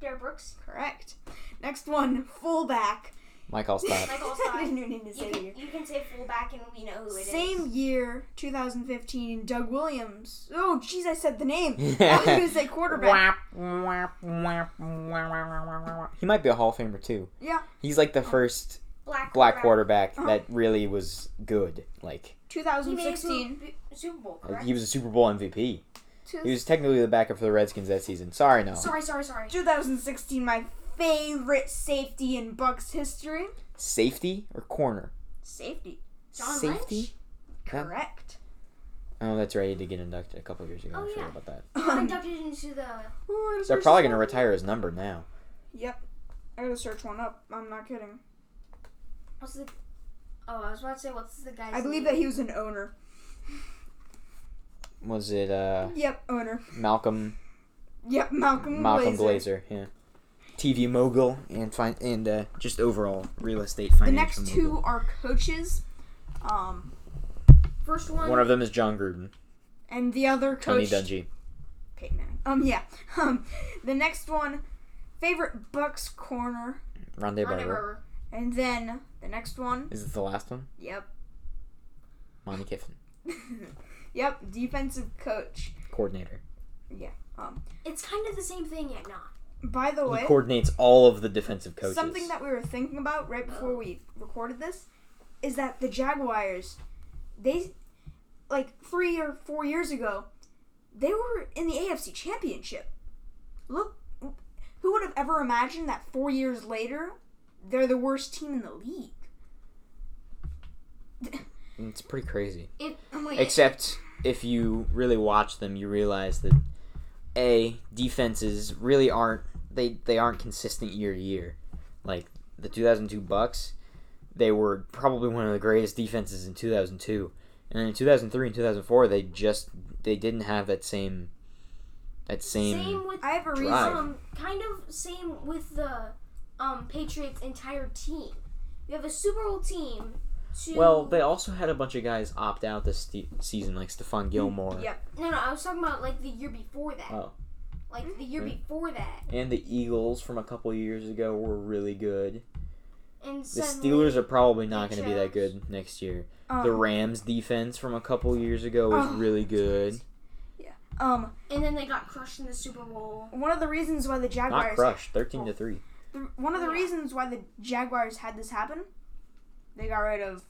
Speaker 2: Derek Brooks.
Speaker 3: Correct. Next one, fullback.
Speaker 1: Mike Allstott.
Speaker 2: Michael
Speaker 3: I
Speaker 2: Allstott.
Speaker 3: didn't even need to
Speaker 2: You
Speaker 3: say
Speaker 2: can,
Speaker 3: year.
Speaker 2: you can say fullback, and we know who it is.
Speaker 3: Same year, 2015, Doug Williams. Oh, jeez, I said the name. I was gonna say quarterback.
Speaker 1: he might be a Hall of Famer too.
Speaker 3: Yeah.
Speaker 1: He's like the
Speaker 2: Oh.
Speaker 1: first
Speaker 2: Black.
Speaker 1: black
Speaker 2: quarterback.
Speaker 1: quarterback
Speaker 3: Uh-huh.
Speaker 1: that really was good. Like
Speaker 2: He made it to
Speaker 3: 2016.
Speaker 2: a Super Bowl, correct?
Speaker 1: he was a Super Bowl MVP.
Speaker 3: Two-
Speaker 1: He was technically the backup for the Redskins that season. Sorry, no.
Speaker 2: Sorry, sorry, sorry.
Speaker 3: 2016, my favorite safety in Bucks history.
Speaker 1: Safety or corner?
Speaker 3: Safety.
Speaker 2: John
Speaker 1: Safety.
Speaker 2: Lynch?
Speaker 1: That-
Speaker 3: Correct.
Speaker 1: oh, that's right. He did get inducted a couple years ago.
Speaker 2: Oh,
Speaker 1: I forgot
Speaker 2: yeah.
Speaker 1: about that.
Speaker 3: Um,
Speaker 2: Got inducted into the.
Speaker 1: They're probably gonna retire his number now.
Speaker 3: Yep. I gotta search one up. I'm not kidding.
Speaker 2: What's the? Oh, I was about to say what's the guy's.
Speaker 3: I believe that
Speaker 2: name?
Speaker 3: he was an owner.
Speaker 1: Was it uh,
Speaker 3: Yep, owner.
Speaker 1: Malcolm
Speaker 3: Yep, Malcolm.
Speaker 1: Malcolm
Speaker 3: Glazer.
Speaker 1: Glazer? Yeah. TV mogul and fin- and uh, just overall real estate financial.
Speaker 3: The next two
Speaker 1: mogul.
Speaker 3: are coaches. Um,
Speaker 2: first one.
Speaker 1: One of them is John Gruden.
Speaker 3: and the other
Speaker 1: Tony
Speaker 3: coach.
Speaker 1: Dungy.
Speaker 3: Peyton Manning. Um, yeah. Um, the next one, favorite Bucks corner,
Speaker 1: Rondé
Speaker 2: Ronda
Speaker 1: Barber.
Speaker 2: Barber.
Speaker 3: and then the next one.
Speaker 1: Is it the last one?
Speaker 3: Yep.
Speaker 1: Monty Kiffin,
Speaker 3: yep. Defensive coach.
Speaker 1: coordinator.
Speaker 3: Um,
Speaker 2: It's kind of the same thing, yet not.
Speaker 3: By the
Speaker 1: He
Speaker 3: way,
Speaker 1: coordinates all of the defensive coaches.
Speaker 3: something that we were thinking about right before we recorded this is that the Jaguars, they, like three or four years ago, they were in the AFC Championship. Look, who would have ever imagined that four years later, they're the worst team in the league?
Speaker 1: it's pretty crazy.
Speaker 2: It,
Speaker 3: I'm like,
Speaker 1: Except if you really watch them, you realize that a defenses really aren't they they aren't consistent year to year. Like the 2002 Bucks, they were probably one of the greatest defenses in 2002, and then in 2003 and 2004 they just they didn't have that same that same.
Speaker 2: same with
Speaker 3: I have a reason.
Speaker 1: Drive.
Speaker 2: um, kind of same with the um Patriots entire team. You have a Super Bowl team. To,
Speaker 1: well, they also had a bunch of guys opt out this ste season, like Stephon Gilmore
Speaker 3: Yep.
Speaker 2: no, no, I was talking about like the year before that.
Speaker 1: Oh.
Speaker 2: Like
Speaker 3: Hmm?
Speaker 2: the year
Speaker 1: Mm.
Speaker 2: before that,
Speaker 1: and the Eagles from a couple years ago were really good.
Speaker 2: and
Speaker 1: The
Speaker 2: suddenly,
Speaker 1: Steelers are probably not going to be that good next year. The
Speaker 3: Um,
Speaker 1: Rams defense from a couple years ago was
Speaker 3: Oh,
Speaker 1: really good.
Speaker 3: um,
Speaker 2: and then they got crushed in the Super Bowl.
Speaker 3: one of the reasons why the
Speaker 1: Not
Speaker 3: Jaguars
Speaker 1: crushed, thirteen to three.
Speaker 3: the, one of the
Speaker 2: Yeah.
Speaker 3: reasons why the Jaguars had this happen, they got rid of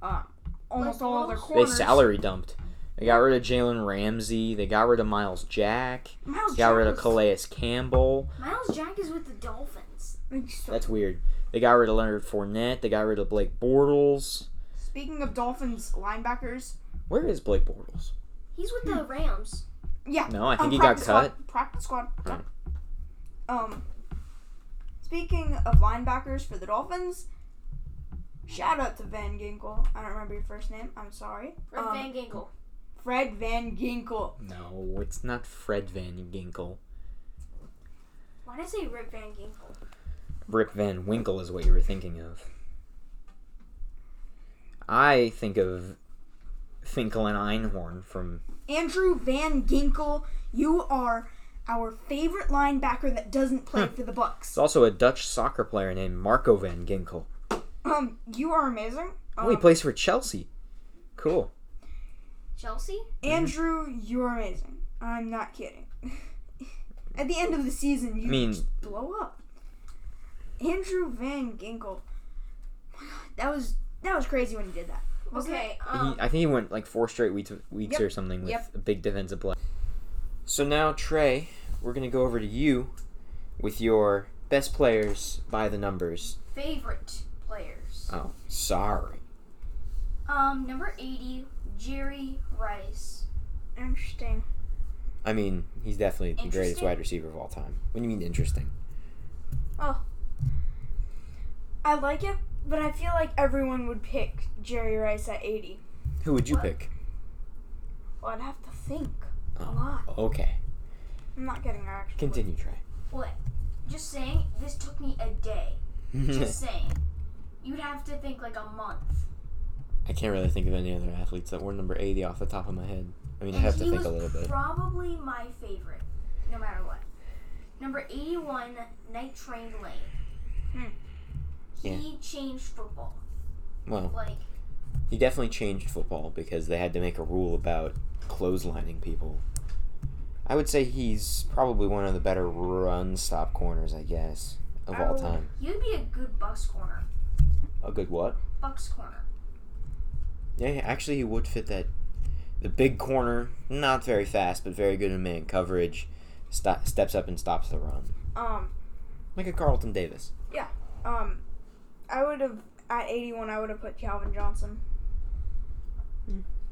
Speaker 3: uh, almost
Speaker 2: Like
Speaker 3: all of their
Speaker 2: Foles?
Speaker 1: They
Speaker 3: corners.
Speaker 1: salary dumped. They got rid of Jalen Ramsey. They got rid of Miles Jack.
Speaker 3: Miles
Speaker 1: They got rid of
Speaker 3: Jack was-
Speaker 1: Calais Campbell.
Speaker 2: Miles Jack is with the Dolphins.
Speaker 3: Like, so-
Speaker 1: That's weird. They got rid of Leonard Fournette. They got rid of Blake Bortles.
Speaker 3: Speaking of Dolphins linebackers,
Speaker 1: Where is Blake Bortles?
Speaker 2: He's with the Rams.
Speaker 3: yeah,
Speaker 1: No, I
Speaker 3: um,
Speaker 1: think he got
Speaker 3: practice
Speaker 1: cut.
Speaker 3: Squad, practice squad.
Speaker 1: Right.
Speaker 3: Um, speaking of linebackers for the Dolphins, shout out to Van Ginkel. I don't remember your first name. I'm sorry.
Speaker 2: Or
Speaker 3: Um,
Speaker 2: Van Ginkel.
Speaker 3: Fred Van Ginkel.
Speaker 1: No, it's not Fred Van Ginkle.
Speaker 2: Why did I say Rip Van Ginkel?
Speaker 1: Rip Van Winkle is what you were thinking of. I think of Finkel and Einhorn from
Speaker 3: Andrew Van Ginkel, you are our favorite linebacker that doesn't play
Speaker 1: Hmm.
Speaker 3: for the Bucks.
Speaker 1: There's also a Dutch soccer player named Marco van Ginkel.
Speaker 3: Um, you are amazing.
Speaker 1: Oh, he
Speaker 3: Um,
Speaker 1: plays for Chelsea. Cool.
Speaker 2: Chelsea?
Speaker 3: Andrew, you are amazing. I'm not kidding. At the end of the season, you
Speaker 1: I mean-
Speaker 3: just blow up. Andrew Van Ginkel. That was that was crazy when he did that. wasn't it?
Speaker 2: Okay, um,
Speaker 1: he, I think he went like four straight weeks, weeks
Speaker 3: Yep.
Speaker 1: or something with
Speaker 3: Yep.
Speaker 1: a big defensive play. So now Trey, we're gonna go over to you with your best players by the numbers.
Speaker 2: favorite players.
Speaker 1: Oh, sorry.
Speaker 2: Um, number 80, Jerry Rice.
Speaker 3: Interesting.
Speaker 1: I mean, he's definitely the greatest
Speaker 2: Interesting?
Speaker 1: wide receiver of all time. What do you mean interesting?
Speaker 3: I like it, but I feel like everyone would pick Jerry Rice at 80.
Speaker 1: Who would you
Speaker 2: Well,
Speaker 1: pick?
Speaker 3: Well, I'd have to think a
Speaker 1: Oh,
Speaker 3: lot.
Speaker 1: okay.
Speaker 3: I'm not getting her actually.
Speaker 1: Continue, Trey.
Speaker 2: What? Just saying, this took me a day. Just saying. You'd have to think like a month.
Speaker 1: I can't really think of any other athletes that were number 80 off the top of my head. I mean, I
Speaker 2: And
Speaker 1: have to
Speaker 2: he
Speaker 1: think a
Speaker 2: was
Speaker 1: little bit.
Speaker 2: Probably my favorite, no matter what. Number 81, Night Train Lane.
Speaker 3: Hmm.
Speaker 2: He changed football.
Speaker 1: Well,
Speaker 2: Like,
Speaker 1: he definitely changed football because they had to make a rule about clotheslining people. I would say he's probably one of the better run stop corners, I guess, of all
Speaker 3: Oh.
Speaker 1: time.
Speaker 2: he would be a good Bucks corner.
Speaker 1: A good what?
Speaker 2: Bucks corner.
Speaker 1: Yeah, yeah, actually, he would fit that. The big corner, not very fast, but very good in man coverage, st- steps up and stops the run.
Speaker 3: Um,
Speaker 1: Like a Carlton Davis.
Speaker 3: um, I would have at 81. I would have put Calvin Johnson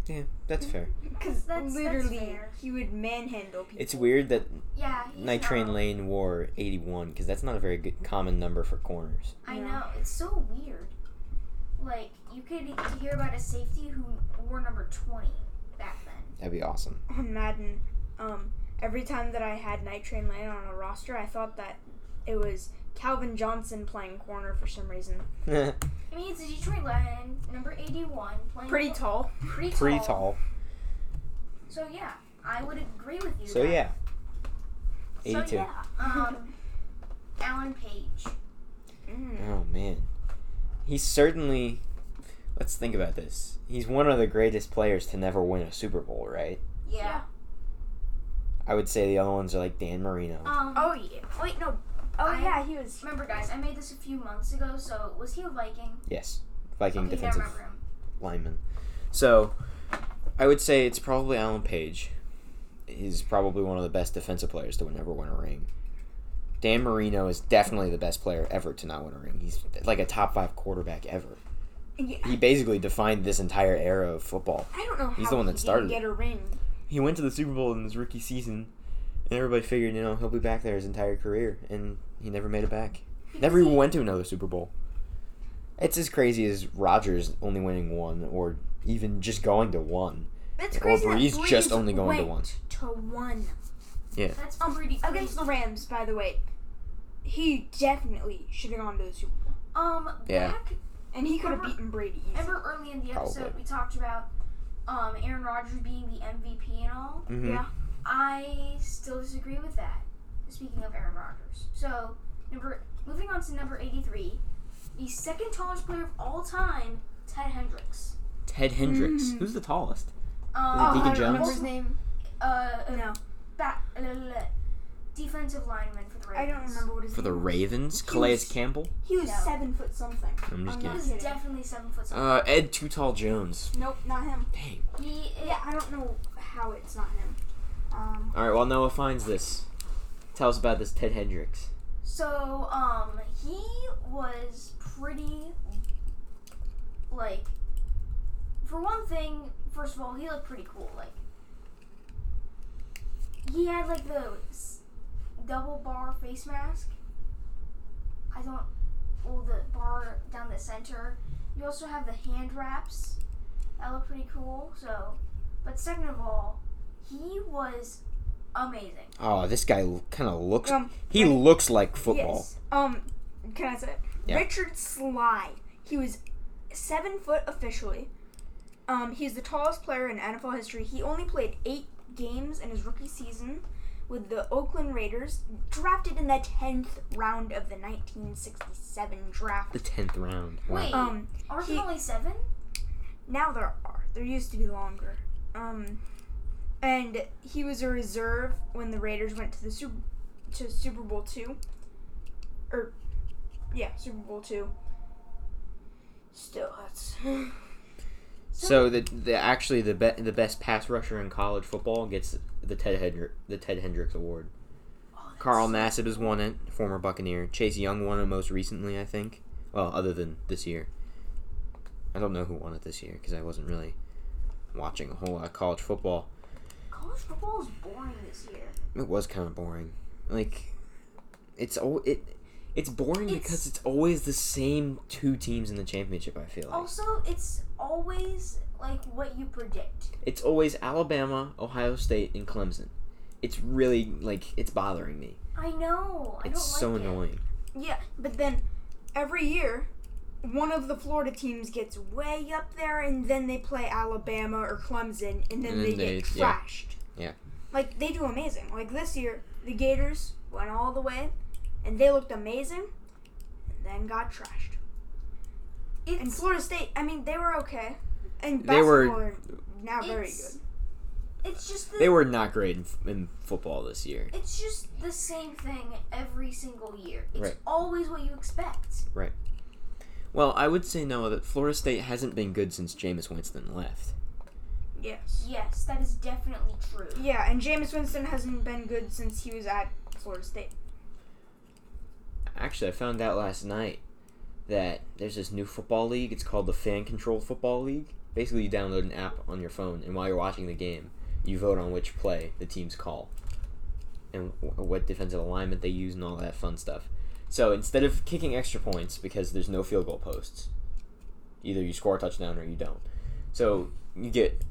Speaker 1: Yeah, that's
Speaker 2: Mm.
Speaker 1: fair.
Speaker 3: because
Speaker 2: That's- that's
Speaker 3: literally
Speaker 2: fair.
Speaker 3: he would manhandle people.
Speaker 1: It's weird that
Speaker 2: Yeah, he's
Speaker 1: Night Train
Speaker 2: not-
Speaker 1: Lane wore 81 because that's not a very good, common number for corners.
Speaker 2: I
Speaker 3: Yeah.
Speaker 2: know. It's so weird. Like, you could hear about a safety who wore number 20 back then.
Speaker 1: That'd be awesome.
Speaker 3: on Madden, um, every time that I had Night Train Lane on a roster, I thought that it was Calvin Johnson playing corner for some reason.
Speaker 1: Pretty
Speaker 2: I mean, it's a Detroit Lion, number 81, playing
Speaker 3: Pretty tall.
Speaker 2: pretty, tall.
Speaker 1: tall.
Speaker 2: So, yeah, I would agree with you.
Speaker 1: So
Speaker 2: there.
Speaker 1: yeah, 82.
Speaker 2: So, yeah, um, Alan Page.
Speaker 3: Mm.
Speaker 1: Oh man, he's certainly. Let's think about this. He's one of the greatest players to never win a Super Bowl, right?
Speaker 2: Yeah.
Speaker 1: I I would say the other ones are like Dan Marino.
Speaker 2: Um,
Speaker 3: Oh yeah. Wait, no. Oh
Speaker 2: I-
Speaker 3: yeah, he was.
Speaker 2: remember, guys, I made this a few months ago. So was he a Viking?
Speaker 1: yes, Viking
Speaker 2: okay, now I
Speaker 1: defensive
Speaker 2: remember him.
Speaker 1: lineman. So I would say it's probably Alan Page. He's probably one of the best defensive players to ever win a ring. Dan Marino is definitely the best player ever to not win a ring. He's like a top five quarterback ever.
Speaker 3: Yeah,
Speaker 1: He basically defined this entire era of football.
Speaker 3: I don't know. How
Speaker 1: He's the one that
Speaker 3: he didn't
Speaker 1: started
Speaker 3: Get a ring.
Speaker 1: He went to the Super Bowl in his rookie season, and everybody figured, you know, he'll be back there his entire career, and he never made it back. Never even went to another Super Bowl. It's as crazy as Rodgers only winning one, or even just going to one.
Speaker 3: It's
Speaker 1: Or
Speaker 3: crazy. that
Speaker 1: Breeze just only going to
Speaker 3: went
Speaker 1: one.
Speaker 3: To one
Speaker 2: That's
Speaker 3: Um,
Speaker 2: pretty
Speaker 3: against the Rams, by the way. He definitely should have gone to the Super Bowl,
Speaker 2: Um,
Speaker 1: Yeah.
Speaker 2: back
Speaker 3: and he could have
Speaker 2: Remember-
Speaker 3: beaten Brady. Easily.
Speaker 2: ever early in the
Speaker 1: Probably.
Speaker 2: episode, we talked about um, Aaron Rodgers being the MVP and all.
Speaker 1: Mm-hmm.
Speaker 3: Yeah.
Speaker 2: I still disagree with that. Speaking of Aaron Rodgers, so number moving on to number eighty-three, the second tallest player of all time, Ted Hendricks.
Speaker 1: Ted Hendricks.
Speaker 3: Mhm.
Speaker 1: Who's the tallest?
Speaker 3: oh,
Speaker 2: Um,
Speaker 1: Deacon
Speaker 3: I don't remember
Speaker 1: Jones?
Speaker 3: his name.
Speaker 2: Uh,
Speaker 3: No,
Speaker 2: back, uh, defensive lineman for the
Speaker 3: I
Speaker 2: Ravens.
Speaker 3: don't remember what his
Speaker 1: For the
Speaker 3: name.
Speaker 1: Ravens?
Speaker 3: He
Speaker 1: Calais
Speaker 3: was-
Speaker 1: Campbell?
Speaker 3: He was
Speaker 2: No.
Speaker 3: seven foot something.
Speaker 1: I'm just
Speaker 3: I'm
Speaker 2: He
Speaker 1: kidding.
Speaker 3: not-
Speaker 2: was definitely seven foot. something.
Speaker 1: Uh, Ed Too Tall Jones.
Speaker 3: Nope, not him.
Speaker 1: Dang.
Speaker 2: he
Speaker 3: Yeah, I don't know how it's not him. Um,
Speaker 1: Alright, well, Noah finds this. Tell us about this Ted Hendricks.
Speaker 2: So, um, he was pretty, like, for one thing, first of all, he looked pretty cool. Like, he had, like, the s- double bar face mask. I don't, well, the bar down the center. You also have the hand wraps. That look pretty cool, so. But second of all, he was amazing.
Speaker 1: Oh, this guy kind of looks.
Speaker 3: um,
Speaker 1: he
Speaker 3: like-
Speaker 1: looks like football.
Speaker 3: Yes. Um, can I say it?
Speaker 1: Yeah.
Speaker 3: Richard Sly. He was seven foot officially. Um, he's the tallest player in NFL history. He only played eight games in his rookie season with the Oakland Raiders, drafted in the tenth round of the 1967 draft.
Speaker 1: The 10th round. Wow.
Speaker 2: Wait,
Speaker 3: Um,
Speaker 2: aren't
Speaker 3: he-
Speaker 2: there only seven?
Speaker 3: now there are. There used to be longer. Um, and he was a reserve when the Raiders went to the Super to Super Bowl two. Or, yeah, Super Bowl two. Still, that's
Speaker 1: So the the actually the be, the best pass rusher in college football gets the Ted Hendrick the Ted Hendricks Award.
Speaker 2: Oh,
Speaker 1: Carl Nassib has won it, former Buccaneer. Chase Young won it most recently, I think. Well, other than this year, I don't know who won it this year because I wasn't really watching a whole lot of college football.
Speaker 2: College football is boring this year.
Speaker 1: It was kind of boring. Like it's al- it it's boring
Speaker 2: It's-
Speaker 1: because it's always the same two teams in the championship. I feel like
Speaker 2: Also, it's always like what you predict.
Speaker 1: it's always Alabama, Ohio State, and Clemson. It's really like it's bothering me.
Speaker 2: I know. I
Speaker 1: It's so
Speaker 2: don't like it.
Speaker 1: annoying.
Speaker 3: yeah. But then, every year, one of the Florida teams gets way up there, and then they play Alabama or Clemson, and then
Speaker 1: And
Speaker 3: they,
Speaker 1: then
Speaker 3: get
Speaker 1: they- yeah.
Speaker 3: trashed.
Speaker 1: Yeah.
Speaker 3: Like they do amazing. Like this year, the Gators went all the way, and they looked amazing, and then got trashed. And
Speaker 2: It's
Speaker 3: Florida State, I mean, they were okay, and
Speaker 1: They were-
Speaker 3: basketball are now very
Speaker 2: It's-
Speaker 3: good.
Speaker 2: it's just the,
Speaker 1: They were not great in, in football this year.
Speaker 2: It's just the same thing every single year. It's
Speaker 1: Right.
Speaker 2: always what you expect.
Speaker 1: Well, I would say no that Florida State hasn't been good since Jameis Winston left.
Speaker 3: Yes.
Speaker 2: Yes, that is definitely true.
Speaker 3: Yeah, and Jameis Winston hasn't been good since he was at Florida State.
Speaker 1: Actually, I found out last night that there's this new football league. It's called the Fan Control Football League. Basically, you download an app on your phone, and while you're watching the game, you vote on which play the teams call and wh- what defensive alignment they use and all that fun stuff. So instead of kicking extra points because there's no field goal posts, either you score a touchdown or you don't. So you get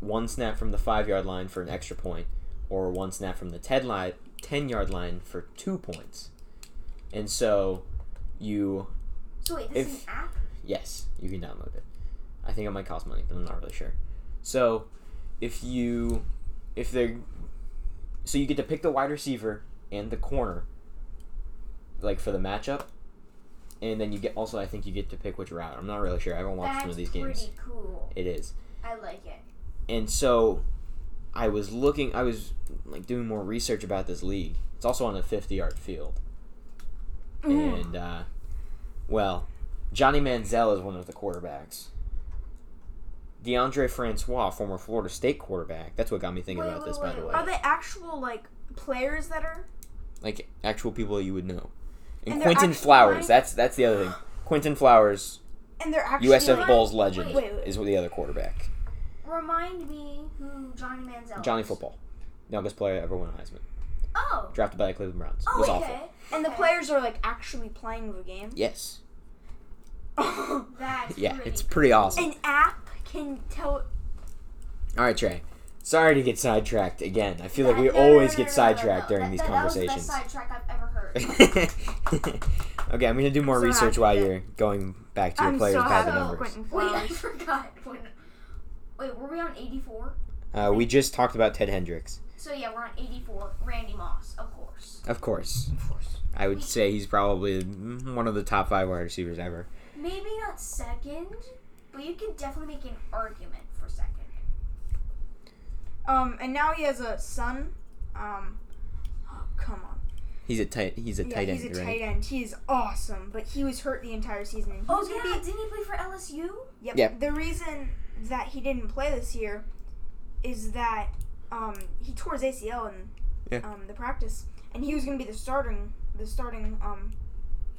Speaker 1: one snap from the five yard line for an extra point, or one snap from the ten line, ten yard line for two points. And so you
Speaker 2: So wait, this is
Speaker 1: If-
Speaker 2: an app?
Speaker 1: Yes, you can download it. I think it might cost money, but I'm not really sure. So, if you, if they're, so you get to pick the wide receiver and the corner, like for the matchup, and then you get also I think you get to pick which route. I'm not really sure. I haven't watched
Speaker 2: That's
Speaker 1: some of these
Speaker 2: pretty
Speaker 1: games.
Speaker 2: cool.
Speaker 1: It is,
Speaker 2: I like it.
Speaker 1: and so I was looking, I was like doing more research about this league. It's also on a 50 yard field.
Speaker 3: Mm-hmm.
Speaker 1: And, uh, well, Johnny Manziel is one of the quarterbacks. DeAndre Francois, former Florida State quarterback. That's what got me thinking
Speaker 2: Wait,
Speaker 1: about
Speaker 2: wait,
Speaker 1: this, by
Speaker 2: wait,
Speaker 1: the way.
Speaker 3: Are they actual like players that are?
Speaker 1: like actual people you would know. And,
Speaker 3: And they're
Speaker 1: Quentin
Speaker 3: actually
Speaker 1: Flowers.
Speaker 3: like-
Speaker 1: That's that's the other thing. Quentin Flowers,
Speaker 3: And they're actually
Speaker 1: USF
Speaker 3: like,
Speaker 1: Bulls legend,
Speaker 3: Wait, wait, wait.
Speaker 1: is the other quarterback.
Speaker 2: Remind me who Johnny Manziel.
Speaker 1: Johnny
Speaker 2: is.
Speaker 1: Football, youngest player ever won a Heisman,
Speaker 2: Oh.
Speaker 1: drafted by the Cleveland Browns.
Speaker 2: Oh,
Speaker 1: was
Speaker 2: okay.
Speaker 1: awful.
Speaker 3: And the
Speaker 2: Okay.
Speaker 3: players are like actually playing the game.
Speaker 1: Yes.
Speaker 2: That's
Speaker 1: Yeah,
Speaker 2: pretty
Speaker 1: it's pretty awesome.
Speaker 3: An app can tell.
Speaker 1: All right, Trey. Sorry to get sidetracked again. I feel like
Speaker 2: That-
Speaker 1: we
Speaker 2: no, no,
Speaker 1: always
Speaker 2: no,
Speaker 1: get
Speaker 2: no, no,
Speaker 1: sidetracked
Speaker 2: no, no.
Speaker 1: during
Speaker 2: That-
Speaker 1: these
Speaker 2: that-
Speaker 1: conversations.
Speaker 2: That was the best sidetrack I've ever heard.
Speaker 1: okay, I'm gonna do more
Speaker 3: So
Speaker 1: research
Speaker 3: happy
Speaker 1: while
Speaker 3: that-
Speaker 1: you're going back to your
Speaker 3: I'm
Speaker 1: players
Speaker 3: so
Speaker 1: by
Speaker 3: happy
Speaker 1: the
Speaker 2: about
Speaker 3: with
Speaker 1: numbers.
Speaker 3: Quentin
Speaker 2: Wait, I
Speaker 3: Flowers.
Speaker 2: forgot. When, wait, were we on 84?
Speaker 1: Uh, we just talked about Ted Hendricks.
Speaker 2: So yeah, we're on 84. Randy Moss, of course.
Speaker 1: Of course,
Speaker 2: Of course.
Speaker 1: I would say he's probably one of the top five wide receivers ever.
Speaker 2: Maybe not second, but you can definitely make an argument for second.
Speaker 3: Um, and now he has a son. Um, oh come on.
Speaker 1: He's a tight. He's a
Speaker 3: Yeah,
Speaker 1: tight
Speaker 3: he's
Speaker 1: end,
Speaker 3: a
Speaker 1: right?
Speaker 3: tight end. He is awesome, but he was hurt the entire season. And he
Speaker 2: Oh
Speaker 3: was
Speaker 2: yeah,
Speaker 3: gonna be-
Speaker 2: didn't he play for LSU?
Speaker 3: Yep.
Speaker 1: Yep.
Speaker 3: The reason that he didn't play this year is that um, he tore his ACL in
Speaker 1: Yeah.
Speaker 3: um, the practice, and he was going to be the starting the starting um,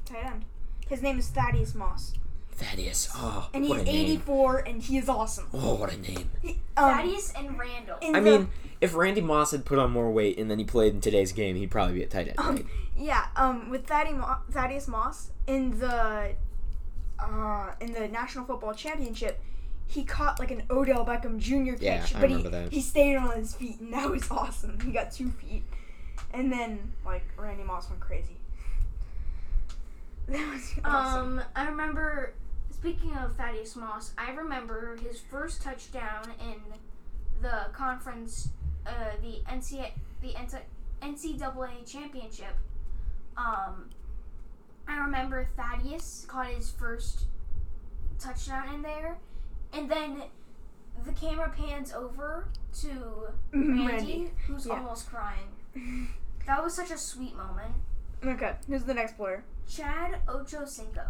Speaker 3: tight end. His name is Thaddeus Moss,
Speaker 1: Thaddeus. Oh,
Speaker 3: and
Speaker 1: what
Speaker 3: he's
Speaker 1: a name.
Speaker 3: 84, and he is awesome.
Speaker 1: Oh, what a name.
Speaker 3: He-
Speaker 2: Thaddeus and Randall.
Speaker 3: Um, in
Speaker 1: I
Speaker 3: the-
Speaker 1: mean, if Randy Moss had put on more weight and then he played in today's game, he'd probably be a tight end.
Speaker 3: Um,
Speaker 1: right?
Speaker 3: yeah, um, with Thaddeus, Mo- Thaddeus Moss in the uh, in the National Football Championship, he caught like an Odell Beckham Jr. catch,
Speaker 1: Yeah, I
Speaker 3: but
Speaker 1: remember
Speaker 3: he
Speaker 1: that.
Speaker 3: he stayed on his feet, and that was awesome. He got two feet, and then like Randy Moss went crazy. That was awesome.
Speaker 2: Um, I remember. Speaking of Thaddeus Moss, I remember his first touchdown in the conference, uh, the NCAA, the NCAA championship. Um, I remember Thaddeus caught his first touchdown in there, and then the camera pans over to Randy,
Speaker 3: Mm-hmm. Randy.
Speaker 2: who's
Speaker 3: yeah.
Speaker 2: almost crying. That was such a sweet moment.
Speaker 3: Okay, who's the next player?
Speaker 2: Chad Ochocinco.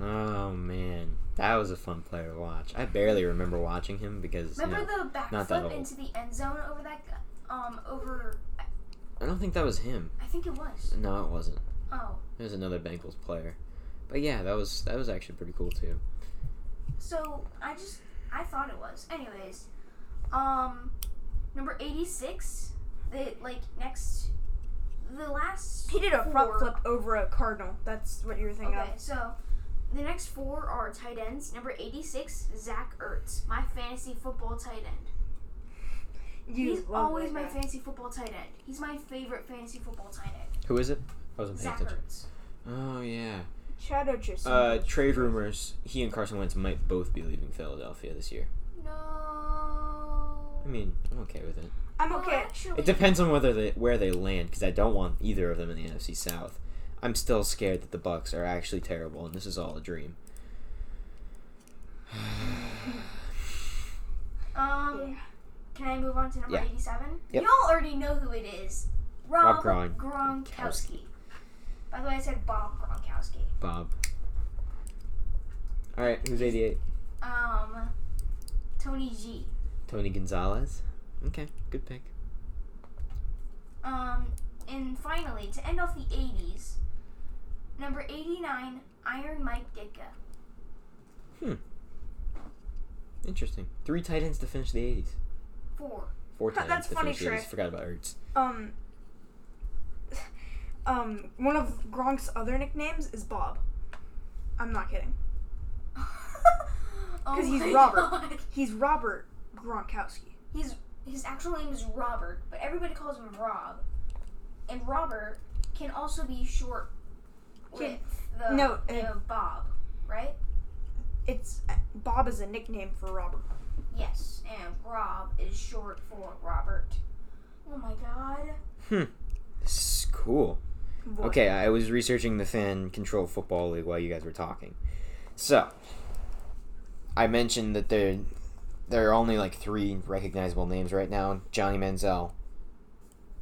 Speaker 1: Oh man, that was a fun player to watch. I barely remember watching him because you
Speaker 2: Remember
Speaker 1: know,
Speaker 2: the
Speaker 1: not that
Speaker 2: backflip
Speaker 1: old.
Speaker 2: into the end zone over that? gu- Um, over. I-
Speaker 1: I don't think that was him.
Speaker 2: I think it was.
Speaker 1: No, it wasn't.
Speaker 2: Oh,
Speaker 1: It was another Bengals player. But yeah, that was that was actually pretty cool too.
Speaker 2: so I just I thought it was. Anyways, um, number eighty six. The like next, the last.
Speaker 3: He did a front
Speaker 2: four-
Speaker 3: flip over a cardinal. That's what you were thinking
Speaker 2: Okay, so the next four are tight ends. Number eighty six, Zach Ertz, my fantasy football tight end.
Speaker 3: of. You
Speaker 2: He's
Speaker 3: love
Speaker 2: always
Speaker 3: that
Speaker 2: my
Speaker 3: guy.
Speaker 2: fantasy football tight end. He's my favorite fantasy football tight end.
Speaker 1: Who is it? I wasn't paying
Speaker 2: Zach
Speaker 1: attention.
Speaker 2: Ertz.
Speaker 1: Oh yeah.
Speaker 3: Shadow Chasing.
Speaker 1: Uh, trade rumors. He and Carson Wentz might both be leaving Philadelphia this year.
Speaker 2: No.
Speaker 1: I mean, I'm okay with it.
Speaker 3: I'm
Speaker 2: Well,
Speaker 3: okay.
Speaker 2: actually-
Speaker 1: It depends on whether they where they land because I don't want either of them in the NFC South. I'm still scared that the Bucks are actually terrible and this is all a dream.
Speaker 2: Um,
Speaker 3: Yeah.
Speaker 2: can I move on to number
Speaker 1: Yeah.
Speaker 2: 87?
Speaker 1: Yep.
Speaker 2: Y'all already know who it is. Rob,
Speaker 1: Rob Gron-
Speaker 2: Gronkowski. By the way, I said Bob Gronkowski.
Speaker 1: Bob. All right, who's 88?
Speaker 2: Um, Tony G.
Speaker 1: Tony Gonzalez. Okay, good pick.
Speaker 2: Um, and finally, to end off the 80s, number 89, Iron Mike Ditka.
Speaker 1: Interesting. Three tight ends to finish the 80s.
Speaker 2: Four.
Speaker 1: Four
Speaker 3: Huh,
Speaker 1: tight
Speaker 3: that's
Speaker 1: ends to
Speaker 3: funny,
Speaker 1: finish the 80s.
Speaker 3: Trey.
Speaker 1: Forgot about Ertz.
Speaker 3: Um, um, one of Gronk's other nicknames is Bob. I'm not kidding.
Speaker 2: oh
Speaker 3: he's
Speaker 2: my
Speaker 3: Robert.
Speaker 2: God.
Speaker 3: He's Robert Gronkowski.
Speaker 2: He's his actual name is Robert, but everybody calls him Rob. And Robert can also be short with
Speaker 3: Can-
Speaker 2: the
Speaker 3: no, uh,
Speaker 2: name of Bob, right?
Speaker 3: It's Bob is a nickname for Robert.
Speaker 2: Yes, and Rob is short for Robert. Oh my god.
Speaker 1: This is cool.
Speaker 3: What?
Speaker 1: Okay, I was researching the fan control football league while you guys were talking. So, I mentioned that there there are only like three recognizable names right now: Johnny Manziel,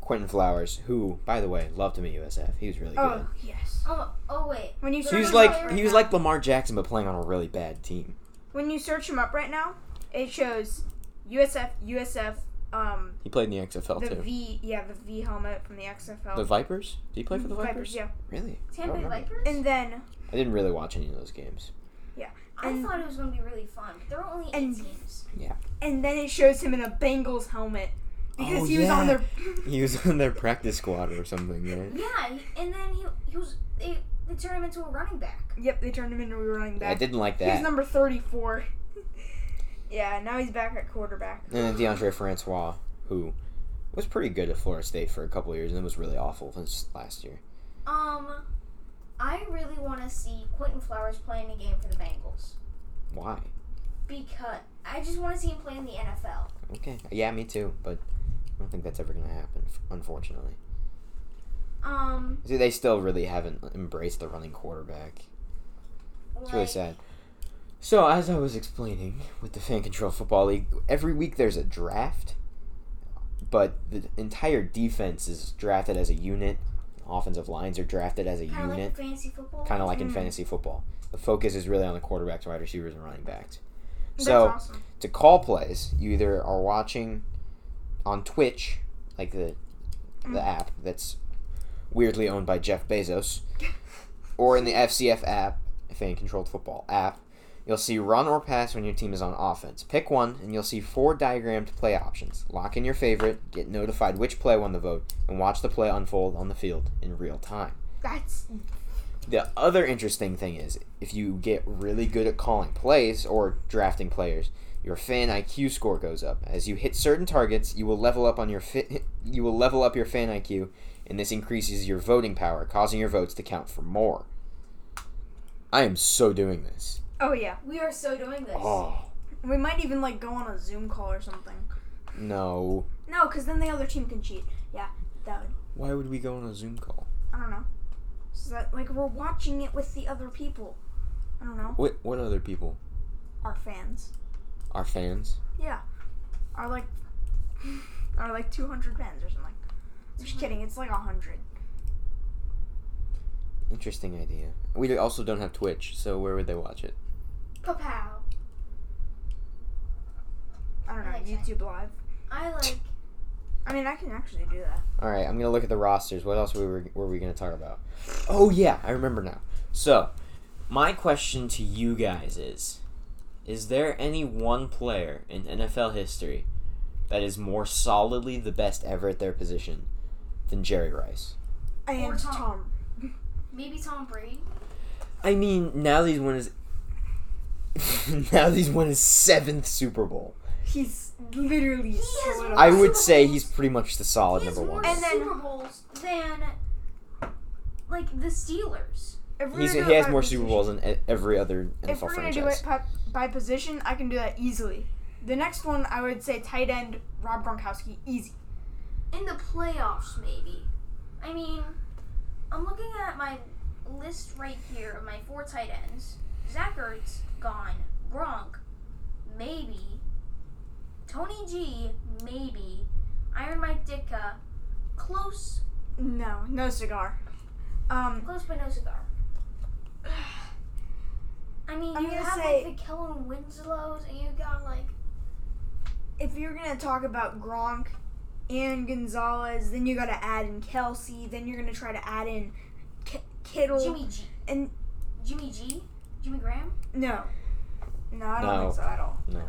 Speaker 1: Quentin Flowers, who, by the way, loved him at USF. He was really good.
Speaker 3: Oh yes.
Speaker 2: Oh, oh wait.
Speaker 3: When you
Speaker 2: He
Speaker 1: He
Speaker 3: search
Speaker 1: was
Speaker 3: him up
Speaker 1: like
Speaker 3: right
Speaker 1: he was
Speaker 3: now-
Speaker 1: like Lamar Jackson, but playing on a really bad team.
Speaker 3: when you search him up right now, it shows USF USF um
Speaker 1: He played in the XFL
Speaker 3: the
Speaker 1: too.
Speaker 3: V yeah the V helmet from the XFL.
Speaker 1: the Vipers? Did he
Speaker 3: Mm-hmm.
Speaker 1: play for the Vipers?
Speaker 3: yeah.
Speaker 1: Really? I, don't
Speaker 2: Tampa Bay
Speaker 1: remember.
Speaker 2: Vipers?
Speaker 3: And then
Speaker 1: I didn't really watch any of those games.
Speaker 2: I
Speaker 3: and-
Speaker 2: thought it was going to be really fun. but There were only eight
Speaker 3: and-
Speaker 2: teams.
Speaker 3: and then it shows him in a Bengals helmet because
Speaker 1: Oh,
Speaker 3: he was on
Speaker 1: yeah.
Speaker 3: their
Speaker 1: He was on their practice squad or something, right?
Speaker 2: Yeah, he- and then he, he was they, they turned him into a running back.
Speaker 3: Yep, they turned him into a running
Speaker 1: I
Speaker 3: back.
Speaker 1: didn't like
Speaker 3: He was
Speaker 1: that.
Speaker 3: number 34. yeah, now he's back at quarterback.
Speaker 1: And then DeAndre Francois, who was pretty good at Florida State for a couple of years and then was really awful this last year.
Speaker 2: Um, I really want to see Quentin Flowers playing a game for the Bengals
Speaker 1: Why?
Speaker 2: because I just want to see him play in the NFL.
Speaker 1: Okay. Yeah, me too, but I don't think that's ever going to happen, f- unfortunately.
Speaker 2: Um,
Speaker 1: See, they still really haven't embraced the running quarterback. It's really
Speaker 2: like-
Speaker 1: sad. So, as I was explaining with the Fan Control Football League, every week there's a draft, but the entire defense is drafted as a unit. Offensive lines are drafted as a
Speaker 2: Kind of
Speaker 1: unit,
Speaker 2: like fantasy football.
Speaker 1: kind of like in
Speaker 3: Mm.
Speaker 1: fantasy football. The focus is really on the quarterbacks, wide receivers, and running backs.
Speaker 3: That's
Speaker 1: so,
Speaker 3: awesome.
Speaker 1: to call plays, you either are watching on Twitch, like the the
Speaker 3: Mm.
Speaker 1: app that's weirdly owned by Jeff Bezos, or in the FCF app, fan controlled football app. You'll see run or pass when your team is on offense. Pick one, and you'll see four diagrammed play options. Lock in your favorite, get notified which play won the vote, and watch the play unfold on the field in real time.
Speaker 3: That's
Speaker 1: The other interesting thing is if you get really good at calling plays or drafting players, your fan IQ score goes up. As you hit certain targets, you will level up on your fi- you will level up your fan IQ, and this increases your voting power, causing your votes to count for more. I am so doing this.
Speaker 3: Oh yeah.
Speaker 2: We are so doing this.
Speaker 1: Oh
Speaker 3: We might even like go on a Zoom call or something.
Speaker 1: no!
Speaker 3: No, cuz then the other team can cheat. Yeah, that would
Speaker 1: Why would we go on a Zoom call?
Speaker 3: I don't know. So that like we're watching it with the other people. I don't know.
Speaker 1: What what other people?
Speaker 3: Our fans.
Speaker 1: Our fans?
Speaker 3: Our like are like 200 fans or something.
Speaker 1: Mm-hmm.
Speaker 3: Just kidding. It's like 100.
Speaker 1: Interesting idea. We also don't have Twitch, so where would they watch it?
Speaker 2: Kapow.
Speaker 3: I don't know.
Speaker 2: I like that.
Speaker 3: YouTube live.
Speaker 2: I like.
Speaker 3: I mean, I can actually do that.
Speaker 1: All right, I'm gonna look at the rosters. What else we were were we gonna talk about? Oh yeah, I remember now. So, my question to you guys is: Is there any one player in NFL history that is more solidly the best ever at their position than Jerry Rice?
Speaker 3: And
Speaker 2: Or Tom.
Speaker 3: Tom.
Speaker 2: Maybe Tom Brady.
Speaker 1: I mean, now that he's won his now that he's won his seventh Super Bowl.
Speaker 3: He's literally
Speaker 2: He
Speaker 3: so
Speaker 2: has
Speaker 3: little.
Speaker 1: I would say he's pretty much the solid
Speaker 2: He has
Speaker 1: number
Speaker 2: more
Speaker 1: one.
Speaker 3: And then-
Speaker 2: Super Bowls than like the Steelers.
Speaker 3: If we're
Speaker 1: He's, he
Speaker 3: gonna do it
Speaker 1: has
Speaker 3: by
Speaker 1: more Super
Speaker 3: position-
Speaker 1: Bowls than e- every other NFL
Speaker 3: If we're gonna
Speaker 1: franchise.
Speaker 3: do it by, by position, I can do that easily. The next one, I would say tight end Rob Gronkowski, easy.
Speaker 2: In the playoffs, maybe. I mean, I'm looking at my list right here of my four tight ends. Zach Ertz, gone. Gronk, maybe. Tony G, maybe. Iron Mike Ditka, close,
Speaker 3: No, no cigar. Um,
Speaker 2: close but no cigar. I mean,
Speaker 3: I'm
Speaker 2: you
Speaker 3: gonna
Speaker 2: have
Speaker 3: say-
Speaker 2: like the Kellen Winslows, and you got like
Speaker 3: if you're gonna talk about Gronk and Gonzalez, then you gotta add in Kelsey. Then you're gonna try to add in K- Kittle.
Speaker 2: Jimmy G,
Speaker 3: And
Speaker 2: Jimmy G, Jimmy Graham.
Speaker 3: no, no, I don't
Speaker 1: No.
Speaker 3: think so at all.
Speaker 1: No.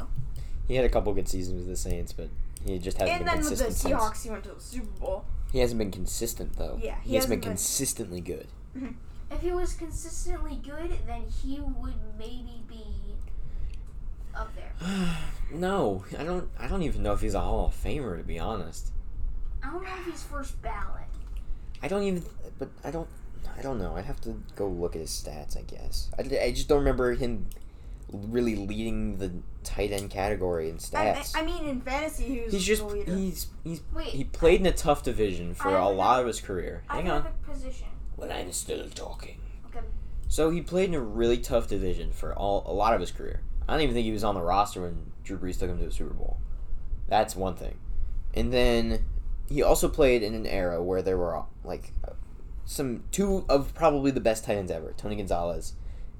Speaker 1: He had a couple good seasons with the Saints, but he just hasn't
Speaker 3: And
Speaker 1: been
Speaker 3: then with the
Speaker 1: consistent. since.
Speaker 3: Seahawks, he went to the Super Bowl.
Speaker 1: He hasn't been consistent though.
Speaker 3: Yeah,
Speaker 1: he, hasn't been,
Speaker 3: he hasn't been-
Speaker 1: consistently good.
Speaker 2: If he was consistently good, then he would maybe be up there.
Speaker 1: no, I don't. I don't even know if he's a Hall of Famer to be honest.
Speaker 2: I don't know if he's first ballot.
Speaker 1: I don't even. But I don't. I don't know. I'd have to go look at his stats. I guess. I, I just don't remember him really leading the tight end category in
Speaker 3: I- I,
Speaker 1: stats.
Speaker 3: I mean, in fantasy, he was
Speaker 1: he's just
Speaker 3: the leader.
Speaker 1: he's he's
Speaker 2: Wait,
Speaker 1: he played in a tough division for
Speaker 2: I
Speaker 1: a
Speaker 2: have
Speaker 1: lot
Speaker 2: a-
Speaker 1: of his career.
Speaker 2: I
Speaker 1: Hang
Speaker 2: have
Speaker 1: on.
Speaker 2: a position.
Speaker 1: When I'm still talking.
Speaker 2: Okay.
Speaker 1: So he played in a really tough division for all a lot of his career. I don't even think he was on the roster when Drew Brees took him to the Super Bowl. That's one thing. And then he also played in an era where there were like some two of probably the best tight ends ever, Tony Gonzalez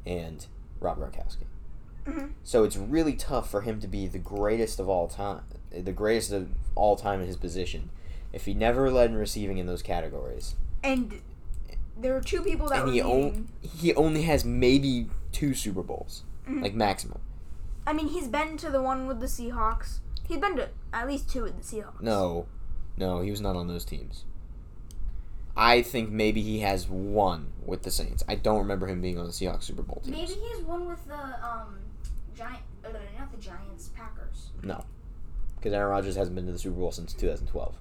Speaker 1: and Rob Gronkowski.
Speaker 3: Mhm.
Speaker 1: So it's really tough for him to be the greatest of all time, the greatest of all time in his position, if he never led in receiving in those categories.
Speaker 3: And there were two people that
Speaker 1: and
Speaker 3: were
Speaker 1: he
Speaker 3: leading.
Speaker 1: on, he only has maybe two Super Bowls,
Speaker 3: Mhm.
Speaker 1: like maximum.
Speaker 3: I mean, he's been to the one with the Seahawks. He's been to at least two with the Seahawks.
Speaker 1: No, no, he was not on those teams. I think maybe he has one with the Saints. I don't remember him being on the Seahawks Super Bowl teams.
Speaker 2: Maybe he has one with the um, giant. Uh, not the Giants, Packers.
Speaker 1: because Aaron Rodgers hasn't been to the Super Bowl since 2012,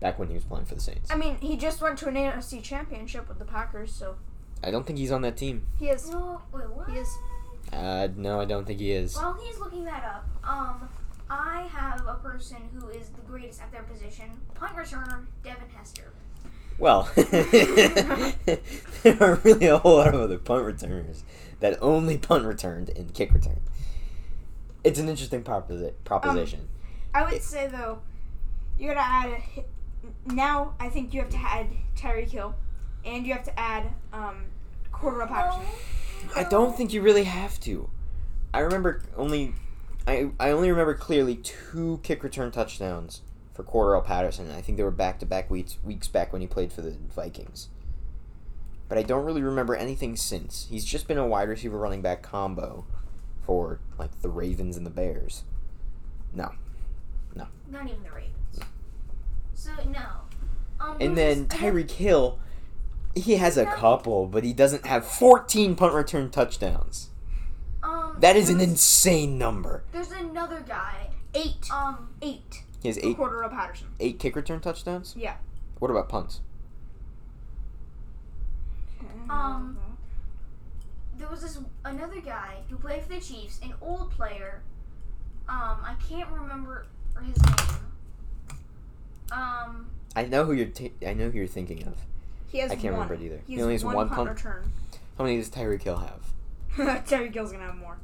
Speaker 1: back when he was playing for the Saints.
Speaker 3: I mean, he just went to an AFC championship with the Packers, so
Speaker 1: I don't think he's on that team.
Speaker 3: he is.
Speaker 2: No, wait, what?
Speaker 3: He is-
Speaker 1: Uh, no, I don't think he is.
Speaker 2: While he's looking that up, um, I have a person who is the greatest at their position, punt returner Devin Hester.
Speaker 1: Well, there are really a whole lot of other punt returners that only punt returned and kick returned. It's an interesting proposi- proposition.
Speaker 3: I would say though, you gotta add. A, hi- now I think you have to add Tyreek Hill, and you have to add
Speaker 2: Oh.
Speaker 3: um, quarterback option.
Speaker 1: I don't think you really have to. I remember only, I I only remember clearly two kick return touchdowns for Cordell Patterson. and I think they were back to back weeks weeks back when he played for the Vikings. But I don't really remember anything since. He's just been a wide receiver running back combo for like the Ravens and the Bears.
Speaker 2: Not even the Ravens. So no. Um,
Speaker 1: And
Speaker 2: there's
Speaker 1: then
Speaker 2: this- I
Speaker 1: Tyreek Hill, he has a
Speaker 2: No.
Speaker 1: couple, but he doesn't have 14 punt return touchdowns.
Speaker 2: don't- Um,
Speaker 1: That is an
Speaker 2: there's-
Speaker 1: insane number.
Speaker 2: There's another guy.
Speaker 3: Eight.
Speaker 2: Um,
Speaker 3: Eight.
Speaker 1: He has
Speaker 3: Eight.
Speaker 1: eight
Speaker 3: Cordero Patterson.
Speaker 1: eight kick return touchdowns?
Speaker 3: Yeah.
Speaker 1: What about punts?
Speaker 2: Um, there was this another guy who played for the Chiefs, an old player. Um, I can't remember his name. Um,
Speaker 1: I know who you're. T- I know who you're thinking of.
Speaker 3: he has
Speaker 1: I can't
Speaker 3: one.
Speaker 1: remember it either.
Speaker 3: He,
Speaker 1: He only has one
Speaker 3: punt
Speaker 1: punt.
Speaker 3: return.
Speaker 1: How many does Tyreek Hill have?
Speaker 3: Tyreek Hill's gonna have more.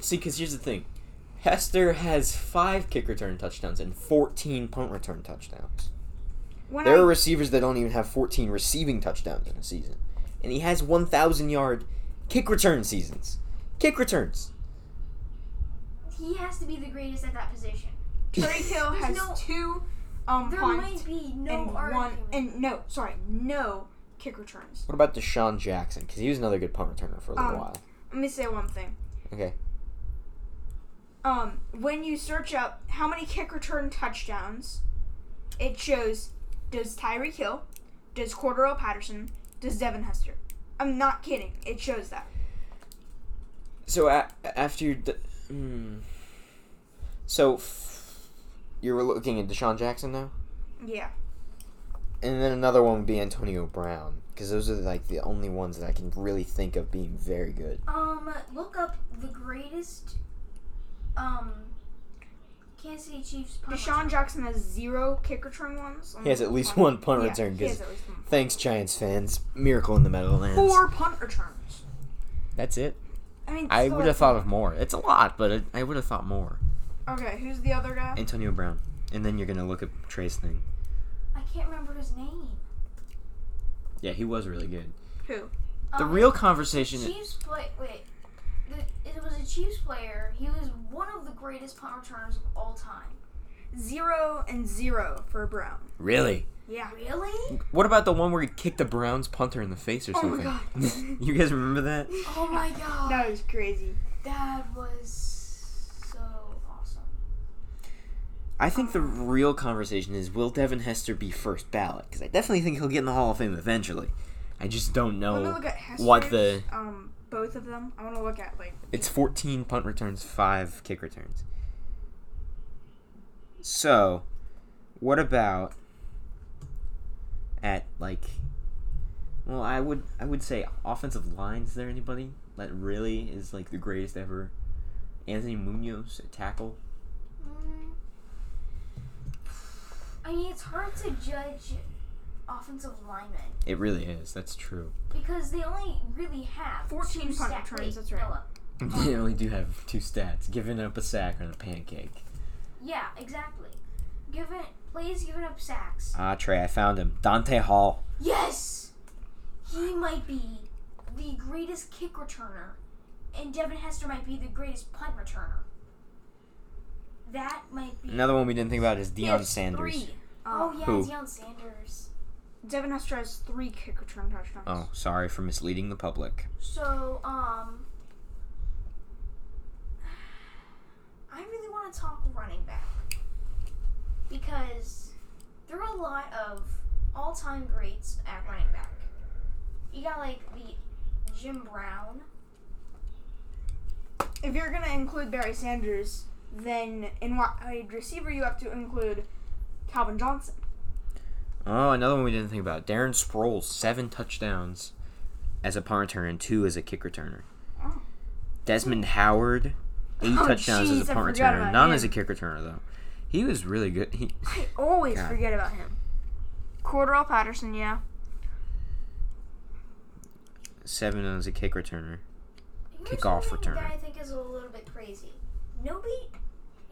Speaker 1: See, because here's the thing, Hester has five kick return touchdowns and 14 punt return touchdowns.
Speaker 3: When
Speaker 1: there
Speaker 3: I,
Speaker 1: are receivers that don't even have 14 receiving touchdowns in a season, and he has 1,000 yard kick return seasons. Kick returns.
Speaker 2: he has to be the greatest at that position.
Speaker 3: Tyreek Hill
Speaker 2: There's
Speaker 3: has
Speaker 2: no-
Speaker 3: two um
Speaker 2: There
Speaker 3: punt
Speaker 2: might be no
Speaker 3: and one
Speaker 2: argument.
Speaker 3: and no, sorry, no kick returns.
Speaker 1: What about Deshaun Jackson? Because he was another good punt returner for a little
Speaker 3: Um,
Speaker 1: while.
Speaker 3: Let me say one thing.
Speaker 1: Okay.
Speaker 3: Um, when you search up how many kick return touchdowns, it shows does Tyreek Hill, does Cordero Patterson, does Devin Hester. I'm not kidding. It shows that.
Speaker 1: So a- after you, d- hmm. so f- you were looking at Deshaun Jackson now.
Speaker 3: Yeah.
Speaker 1: and then another one would be Antonio Brown because those are like the only ones that I can really think of being very good.
Speaker 2: Um, look up the greatest. Um, Kansas City Chiefs. punt
Speaker 3: Deshaun
Speaker 2: return.
Speaker 3: Jackson has zero kick return ones.
Speaker 1: He has at least one punt
Speaker 3: Mm, Yeah,
Speaker 1: return
Speaker 3: he has
Speaker 1: because
Speaker 3: at least one.
Speaker 1: thanks Giants fans, miracle in the Meadowlands.
Speaker 3: Four punt returns.
Speaker 1: That's it.
Speaker 3: I mean,
Speaker 1: I
Speaker 3: still
Speaker 1: would have
Speaker 3: that's-
Speaker 1: thought of more. It's a lot, but it, I would have thought more.
Speaker 3: Okay, who's the other guy?
Speaker 1: Antonio Brown, and then you're gonna look at Trey's thing.
Speaker 2: I can't remember his name.
Speaker 1: Yeah, he was really good.
Speaker 3: Who?
Speaker 1: The
Speaker 2: Um,
Speaker 1: real conversation.
Speaker 2: Chiefs play. Wait, the, it was a Chiefs player. He was one of the greatest punt returners of all time.
Speaker 3: Zero and zero for Brown.
Speaker 1: Really?
Speaker 3: Yeah.
Speaker 2: Really?
Speaker 1: What about the one where he kicked the Browns punter in the face or
Speaker 3: Oh
Speaker 1: something?
Speaker 3: my god.
Speaker 1: you guys remember that?
Speaker 2: Oh my god,
Speaker 3: that was crazy.
Speaker 2: that was so awesome.
Speaker 1: I think the real conversation is will Devin Hester be first ballot? Because I definitely think he'll get in the Hall of Fame eventually. I just don't
Speaker 3: I want to
Speaker 1: know.
Speaker 3: look at Hester's,
Speaker 1: what the-
Speaker 3: um both of them. I want to look at like
Speaker 1: It's 14 punt returns, 5 kick returns. So, what about at like well, I would I would say offensive line is there anybody that really is like the greatest ever? Anthony Munoz at tackle.
Speaker 2: Mm. I mean, it's hard to judge offensive linemen
Speaker 1: It really is. That's true.
Speaker 2: because they only really have
Speaker 3: 14
Speaker 2: two
Speaker 3: punt
Speaker 2: stack-
Speaker 3: returns,
Speaker 2: wait,
Speaker 3: that's right.
Speaker 2: Noah,
Speaker 1: They only do have two stats: giving up a sack and a pancake.
Speaker 2: Yeah, exactly. Give it, please give it up sacks.
Speaker 1: Ah, Trey, I found him. Dante Hall.
Speaker 2: Yes! He might be the greatest kick returner, and Devin Hester might be the greatest punt returner. That might be.
Speaker 1: Another one we didn't think about is
Speaker 2: He
Speaker 1: Deion
Speaker 2: has
Speaker 1: Sanders.
Speaker 2: Three.
Speaker 3: Uh,
Speaker 2: Oh, yeah,
Speaker 1: Who?
Speaker 2: Deion Sanders.
Speaker 3: Devin Hester has three kick return touchdowns.
Speaker 1: Oh, sorry for misleading the public.
Speaker 2: So, um. I really want to talk running back. Because there are a lot of all time greats at running back. You got, like, the Jim Brown.
Speaker 3: If you're gonna include Barry Sanders, then in wide receiver you have to include Calvin Johnson.
Speaker 1: Oh, another one we didn't think about: Darren Sproles, seven touchdowns as a punt returner and two as a kick returner.
Speaker 3: Oh.
Speaker 1: Desmond Howard, eight
Speaker 3: Oh,
Speaker 1: touchdowns
Speaker 3: jeez,
Speaker 1: as
Speaker 3: I
Speaker 1: a punt
Speaker 3: forgot
Speaker 1: returner,
Speaker 3: about
Speaker 1: not
Speaker 3: him.
Speaker 1: as a kick returner though. He was really good. He,
Speaker 3: I always
Speaker 1: God.
Speaker 3: forget about him. Cordell Patterson, yeah.
Speaker 1: seven as a kick returner.
Speaker 2: Here's
Speaker 1: Kickoff
Speaker 2: something
Speaker 1: returner.
Speaker 2: That I think is a little bit crazy. Nobody,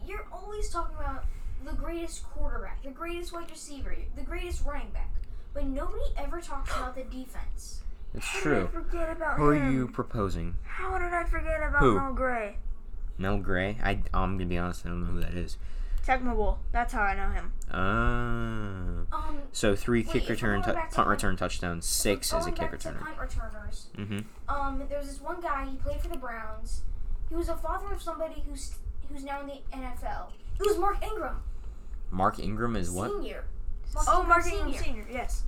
Speaker 2: you're always talking about the greatest quarterback, the greatest wide receiver, the greatest running back, but nobody ever talks about the defense.
Speaker 1: It's
Speaker 3: How
Speaker 1: true.
Speaker 3: did I forget about
Speaker 1: Who are
Speaker 3: him?
Speaker 1: you proposing?
Speaker 3: How did I forget about
Speaker 1: Who?
Speaker 3: Mel Gray?
Speaker 1: Mel Gray? I, I'm gonna be honest. I don't know who that is.
Speaker 3: Tecmo Bowl. That's how I know him.
Speaker 1: Ah.
Speaker 2: Um,
Speaker 1: So three
Speaker 2: Wait,
Speaker 1: kick
Speaker 2: if we're
Speaker 1: return,
Speaker 2: going
Speaker 1: tou-
Speaker 2: back to
Speaker 1: punt
Speaker 2: punt-
Speaker 1: return touchdowns, six as a
Speaker 2: going
Speaker 1: kick
Speaker 2: back to
Speaker 1: returner.
Speaker 2: punt returners.
Speaker 1: hmm
Speaker 2: Um, there was this one guy. He played for the Browns. He was a father of somebody who's who's now in the NFL. It was Mark Ingram,
Speaker 1: Mark Ingram is what?
Speaker 2: senior.
Speaker 3: Oh,
Speaker 2: Ingram
Speaker 3: Mark Ingram Senior. Yes.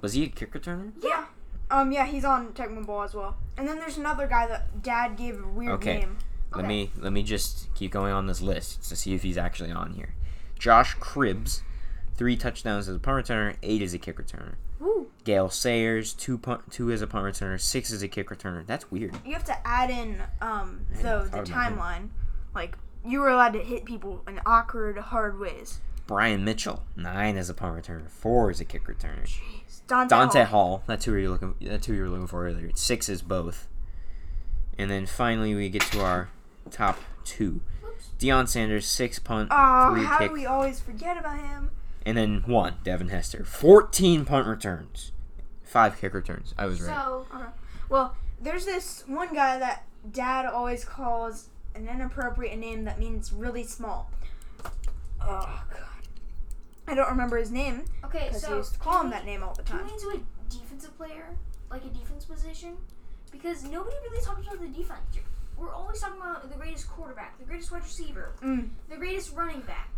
Speaker 1: Was he a kick returner?
Speaker 2: Yeah.
Speaker 3: Um. Yeah, he's on Tecmo Bowl as well. And then there's another guy that Dad gave a weird
Speaker 1: Okay.
Speaker 3: name.
Speaker 1: Let
Speaker 2: Okay.
Speaker 1: me let me just keep going on this list to see if he's actually on here. Josh Cribbs, three touchdowns as a punt returner, eight as a kick returner.
Speaker 3: Woo.
Speaker 1: Gail Sayers, two punt, two as a punt returner, six as a kick returner. That's weird.
Speaker 3: You have to add in um
Speaker 1: hadn't
Speaker 3: though the
Speaker 1: thought about
Speaker 3: timeline. Like you were allowed to hit people in awkward, hard ways.
Speaker 1: Brian Mitchell, nine as a punt returner, four as a kick returner.
Speaker 3: Jeez. Dante.
Speaker 1: Dante
Speaker 3: Hall.
Speaker 1: Hall. That's who you're looking. That's who you're looking for earlier. Six is both. And then finally we get to our top two.
Speaker 2: Oops.
Speaker 1: Deion Sanders, six punt,
Speaker 3: Oh,
Speaker 1: three
Speaker 3: how
Speaker 1: kick,
Speaker 3: do we always forget about him?
Speaker 1: and then one. Devin Hester, fourteen punt returns, five kick returns. I was right.
Speaker 2: So
Speaker 3: There's this one guy that Dad always calls an inappropriate name that means really small. Oh God. I don't remember his name
Speaker 2: okay,
Speaker 3: because
Speaker 2: so
Speaker 3: he used to call
Speaker 2: can
Speaker 3: him
Speaker 2: we-
Speaker 3: that name all the
Speaker 2: Can
Speaker 3: time.
Speaker 2: we into a defensive player, like a defense position? Because nobody really talks about the defense. You're- We're always talking about the greatest quarterback, the greatest wide receiver,
Speaker 3: Mm.
Speaker 2: the greatest running back.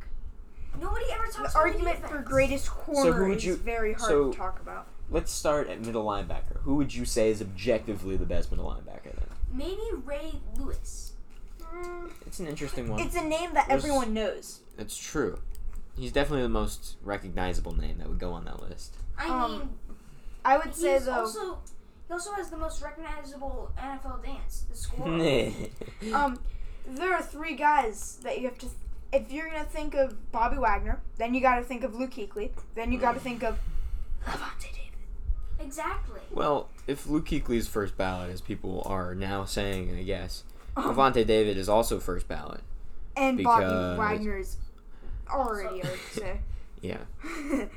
Speaker 2: Nobody ever talks about
Speaker 3: The argument
Speaker 2: the
Speaker 3: for
Speaker 2: defense.
Speaker 3: greatest quarter
Speaker 1: would
Speaker 3: is
Speaker 1: you-
Speaker 3: very hard
Speaker 1: so-
Speaker 3: to talk about.
Speaker 1: Let's start at middle linebacker. Who would you say is objectively the best middle linebacker? Then
Speaker 2: Maybe Ray Lewis.
Speaker 1: it's an interesting one.
Speaker 3: It's a name that
Speaker 1: There's-
Speaker 3: everyone knows.
Speaker 1: It's true. He's definitely the most recognizable name that would go on that list.
Speaker 2: I
Speaker 3: Um,
Speaker 2: mean,
Speaker 3: I would say
Speaker 2: he's
Speaker 3: though.
Speaker 2: also he also has the most recognizable NFL dance, the score.
Speaker 1: um,
Speaker 3: Um, there are three guys that you have to. if you're gonna think of Bobby Wagner, then you got to think of Luke Kuechly. Then you got to
Speaker 1: Mm.
Speaker 3: think of Levante David.
Speaker 2: exactly.
Speaker 1: well, if Luke Kuechly's first ballot, as people are now saying, I guess,
Speaker 3: Um,
Speaker 1: Avante David is also first ballot.
Speaker 3: and
Speaker 1: because-
Speaker 3: Bobby Wagner's already. I would say.
Speaker 1: Yeah.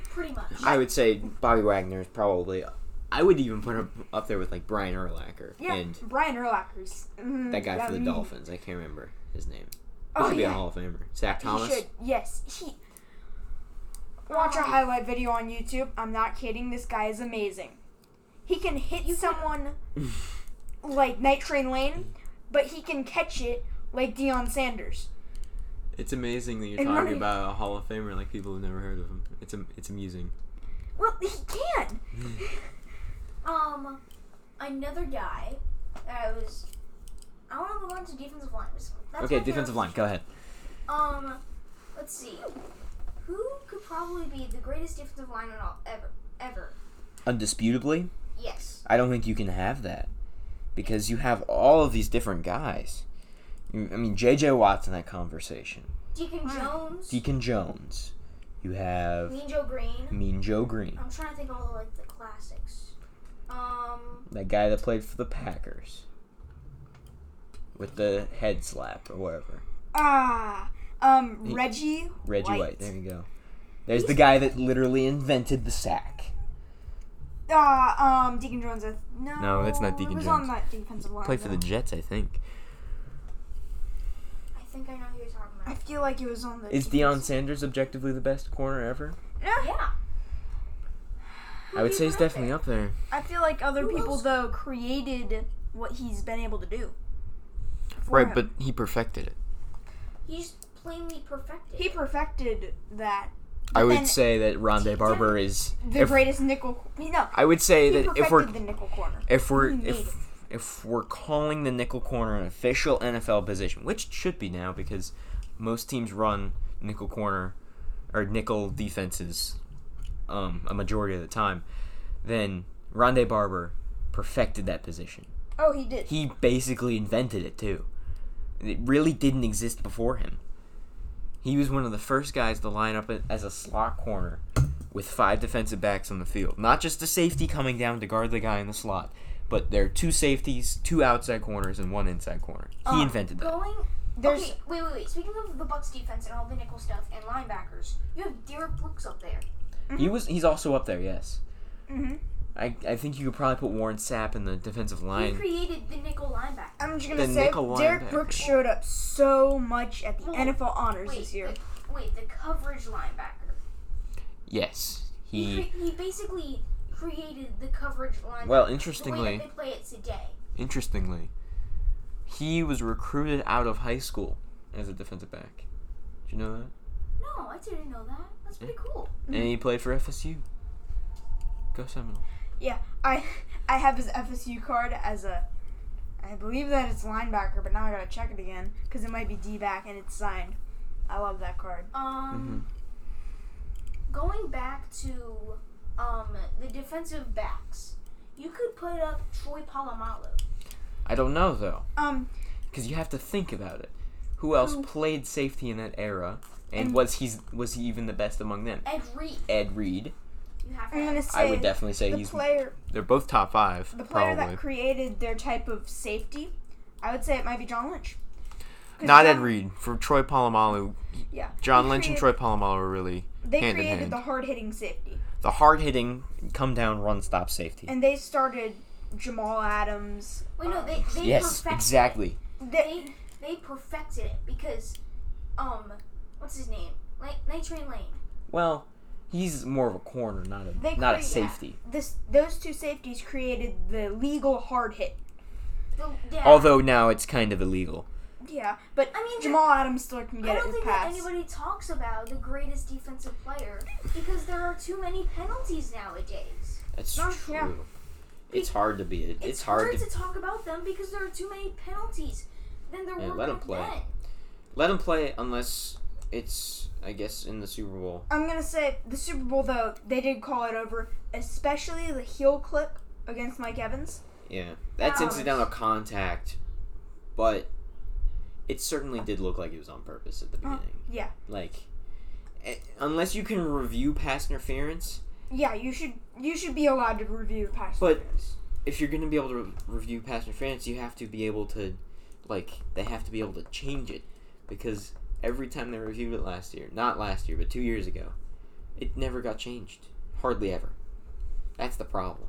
Speaker 2: Pretty much.
Speaker 1: I would say Bobby Wagner is probably. I would even put him up there with like Brian Urlacher
Speaker 3: yeah,
Speaker 1: and
Speaker 3: Brian Urlacher's. Mm,
Speaker 1: that guy for the
Speaker 3: mm.
Speaker 1: Dolphins. I can't remember his name. He
Speaker 3: Oh
Speaker 1: should be a
Speaker 3: yeah,
Speaker 1: Hall of Famer. Zach Thomas.
Speaker 3: he should. Yes, he. Watch a
Speaker 2: Um,
Speaker 3: highlight video on YouTube. I'm not kidding. This guy is amazing. He can hit
Speaker 2: You can-
Speaker 3: someone like Night Train Lane, but he can catch it like Deion Sanders.
Speaker 1: It's amazing that you're
Speaker 3: And talking running-
Speaker 1: about a Hall of Famer like people have never heard of him. It's it's amusing.
Speaker 3: Well, he can.
Speaker 2: Um, another guy that I was. I want to move on to defensive line. That's my
Speaker 1: Okay,
Speaker 2: favorite
Speaker 1: defensive line. Go ahead.
Speaker 2: Um, let's see. Who could probably be the greatest defensive line in all ever? Ever?
Speaker 1: Undisputably,
Speaker 2: Yes.
Speaker 1: I don't think you can have that because you have all of these different guys. You, I mean, J.J. Watt's in that conversation.
Speaker 2: Deacon
Speaker 3: Hmm.
Speaker 2: Jones,
Speaker 1: Deacon Jones. You have
Speaker 2: Mean Joe Green.
Speaker 1: Mean Joe Green,
Speaker 2: I'm trying to think of all the, like the classics. Um,
Speaker 1: that guy that played for the Packers. with the head slap or whatever.
Speaker 3: Ah, um,
Speaker 1: He-
Speaker 3: Reggie.
Speaker 1: Reggie White. There you go. There's the guy that literally invented the sack.
Speaker 3: Ah, um, Deacon Jones. I- No,
Speaker 1: No, that's not Deacon
Speaker 3: it was
Speaker 1: Jones.
Speaker 3: on that defensive line.
Speaker 1: Played for the
Speaker 3: though.
Speaker 1: Jets, I think.
Speaker 2: I think I know who you're talking
Speaker 3: I
Speaker 2: about.
Speaker 3: feel like it was on the.
Speaker 1: Is Deion
Speaker 3: defense-
Speaker 1: Sanders objectively the best corner ever?
Speaker 3: Yeah,
Speaker 2: Yeah.
Speaker 1: I would say he's definitely up there.
Speaker 3: I feel like other
Speaker 2: Who
Speaker 3: people
Speaker 2: else?
Speaker 3: though created what he's been able to do. for
Speaker 1: Right,
Speaker 3: him.
Speaker 1: but he perfected it.
Speaker 2: He just plainly perfected.
Speaker 3: he
Speaker 2: it.
Speaker 3: perfected that.
Speaker 1: I would
Speaker 3: then-
Speaker 1: say that Rondé Barber is
Speaker 3: The
Speaker 1: if-
Speaker 3: greatest nickel. No,
Speaker 1: I would say
Speaker 3: he
Speaker 1: that
Speaker 3: perfected
Speaker 1: if we're
Speaker 3: the nickel corner.
Speaker 1: if we're
Speaker 3: He made
Speaker 1: if if we're calling the nickel corner an official NFL position, which it should be now because most teams run nickel corner or nickel defenses um, a majority of the time, then Rondé Barber perfected that position.
Speaker 3: Oh, he did.
Speaker 1: He basically invented it too. It really didn't exist before him. He was one of the first guys to line up as a slot corner with five defensive backs on the field. Not just the safety coming down to guard the guy in the slot, but there are two safeties, two outside corners, and one inside corner. He
Speaker 2: Oh,
Speaker 3: Uh,
Speaker 1: invented that.
Speaker 2: Going.
Speaker 3: There's
Speaker 2: okay, wait, wait, wait. Speaking of the Bucks defense and all the nickel stuff and linebackers, you have Derek Brooks up there.
Speaker 1: He was. He's also up there. Yes.
Speaker 3: Mhm.
Speaker 1: I, I think you could probably put Warren Sapp in the defensive
Speaker 2: He
Speaker 1: line.
Speaker 2: created the nickel linebacker.
Speaker 3: I'm just gonna
Speaker 1: the
Speaker 3: say
Speaker 1: nickel
Speaker 3: Derek
Speaker 1: linebacker.
Speaker 3: Brooks showed up so much at the
Speaker 2: Well,
Speaker 3: NFL honors
Speaker 2: Wait,
Speaker 3: this year.
Speaker 2: The, wait, the coverage linebacker.
Speaker 1: yes.
Speaker 2: He,
Speaker 1: He.
Speaker 2: cre- he basically created the coverage linebacker.
Speaker 1: Well,
Speaker 2: the
Speaker 1: interestingly,
Speaker 2: way that they play it today.
Speaker 1: Interestingly, he was recruited out of high school as a defensive back. Did you know that?
Speaker 2: No, I didn't know that. That's pretty cool.
Speaker 3: Mm-hmm.
Speaker 1: And he played for FSU. Go Seminole.
Speaker 3: I I have his FSU card as a. I believe that it's linebacker, but now I gotta check it again because it might be D back and it's signed. I love that card.
Speaker 2: Um,
Speaker 1: Mm-hmm.
Speaker 2: going back to um the defensive backs, you could put up Troy Polamalu.
Speaker 1: I don't know though,
Speaker 3: Um,
Speaker 1: because you have to think about it. Who else
Speaker 3: Who?
Speaker 1: played safety in that era? And,
Speaker 3: And-
Speaker 1: was he's was he even the best among them?
Speaker 2: Ed Reed,
Speaker 1: Ed Reed.
Speaker 2: you have
Speaker 3: I'm
Speaker 2: to.
Speaker 3: gonna
Speaker 2: have.
Speaker 3: say
Speaker 1: I would definitely say
Speaker 3: the
Speaker 1: he's.
Speaker 3: player
Speaker 1: they're both top five.
Speaker 3: the player
Speaker 1: probably.
Speaker 3: that created their type of safety. I would say it might be John Lynch. 'Cause
Speaker 1: Not Ed
Speaker 3: John-
Speaker 1: Reed. For Troy Polamalu,
Speaker 3: Yeah,
Speaker 1: John
Speaker 3: he
Speaker 1: Lynch and
Speaker 3: created-
Speaker 1: Troy Polamalu were really
Speaker 3: They
Speaker 1: hand in
Speaker 3: created
Speaker 1: hand.
Speaker 3: the hard hitting safety,
Speaker 1: the hard hitting, come down, run, stop safety.
Speaker 3: and they started Jamal Adams.
Speaker 2: Wait, no,
Speaker 3: um,
Speaker 2: they they
Speaker 1: Yes,
Speaker 2: perfected it.
Speaker 1: exactly.
Speaker 3: they
Speaker 2: They they perfected it because, um, what's his name? Like Night Train Lane.
Speaker 1: Well, he's more of a corner, not a
Speaker 3: They
Speaker 1: not a
Speaker 3: create-
Speaker 1: safety.
Speaker 3: this those two safeties created the legal hard hit.
Speaker 2: The, yeah.
Speaker 1: Although now it's kind of illegal.
Speaker 3: Yeah, but
Speaker 2: I mean,
Speaker 3: Jamal Adams still can
Speaker 2: I
Speaker 3: get it
Speaker 2: don't
Speaker 3: with
Speaker 2: think that
Speaker 3: pass.
Speaker 2: anybody talks about the greatest defensive player because there are too many penalties nowadays.
Speaker 1: That's
Speaker 3: No, yeah.
Speaker 1: It's hard to be. It's,
Speaker 2: hard to talk about them because there are too many penalties than there
Speaker 1: Yeah,
Speaker 2: were
Speaker 1: let 'em
Speaker 2: back
Speaker 1: play.
Speaker 2: then.
Speaker 1: let him play unless it's I guess in the Super Bowl.
Speaker 3: I'm gonna say the Super Bowl though they did call it over, especially the heel clip against Mike Evans.
Speaker 1: Yeah, that's
Speaker 2: Ouch.
Speaker 1: incidental contact, but it certainly did look like it was on purpose at the
Speaker 3: Oh,
Speaker 1: beginning.
Speaker 3: yeah.
Speaker 1: Like, eh, unless you can review pass interference,
Speaker 3: Yeah, you should you should be allowed to review pass.
Speaker 1: But-
Speaker 3: interference.
Speaker 1: if you're going to be able to re- review pass interference, you have to be able to, like, they have to be able to change it because every time they reviewed it last year, not last year, but two years ago, it never got changed. Hardly ever. That's the problem.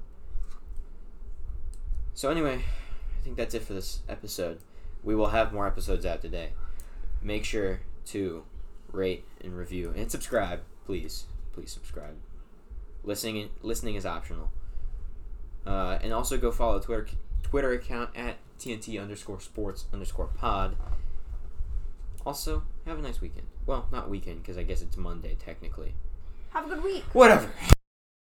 Speaker 1: So, anyway, I think that's it for this episode. We will have more episodes out today. Make sure to rate and review and subscribe, please. Please subscribe. Listening listening is optional. Uh, and also go follow Twitter Twitter account at TNT underscore sports underscore pod. Also, have a nice weekend. Well, not weekend because I guess it's Monday technically.
Speaker 3: have a good week.
Speaker 1: Whatever.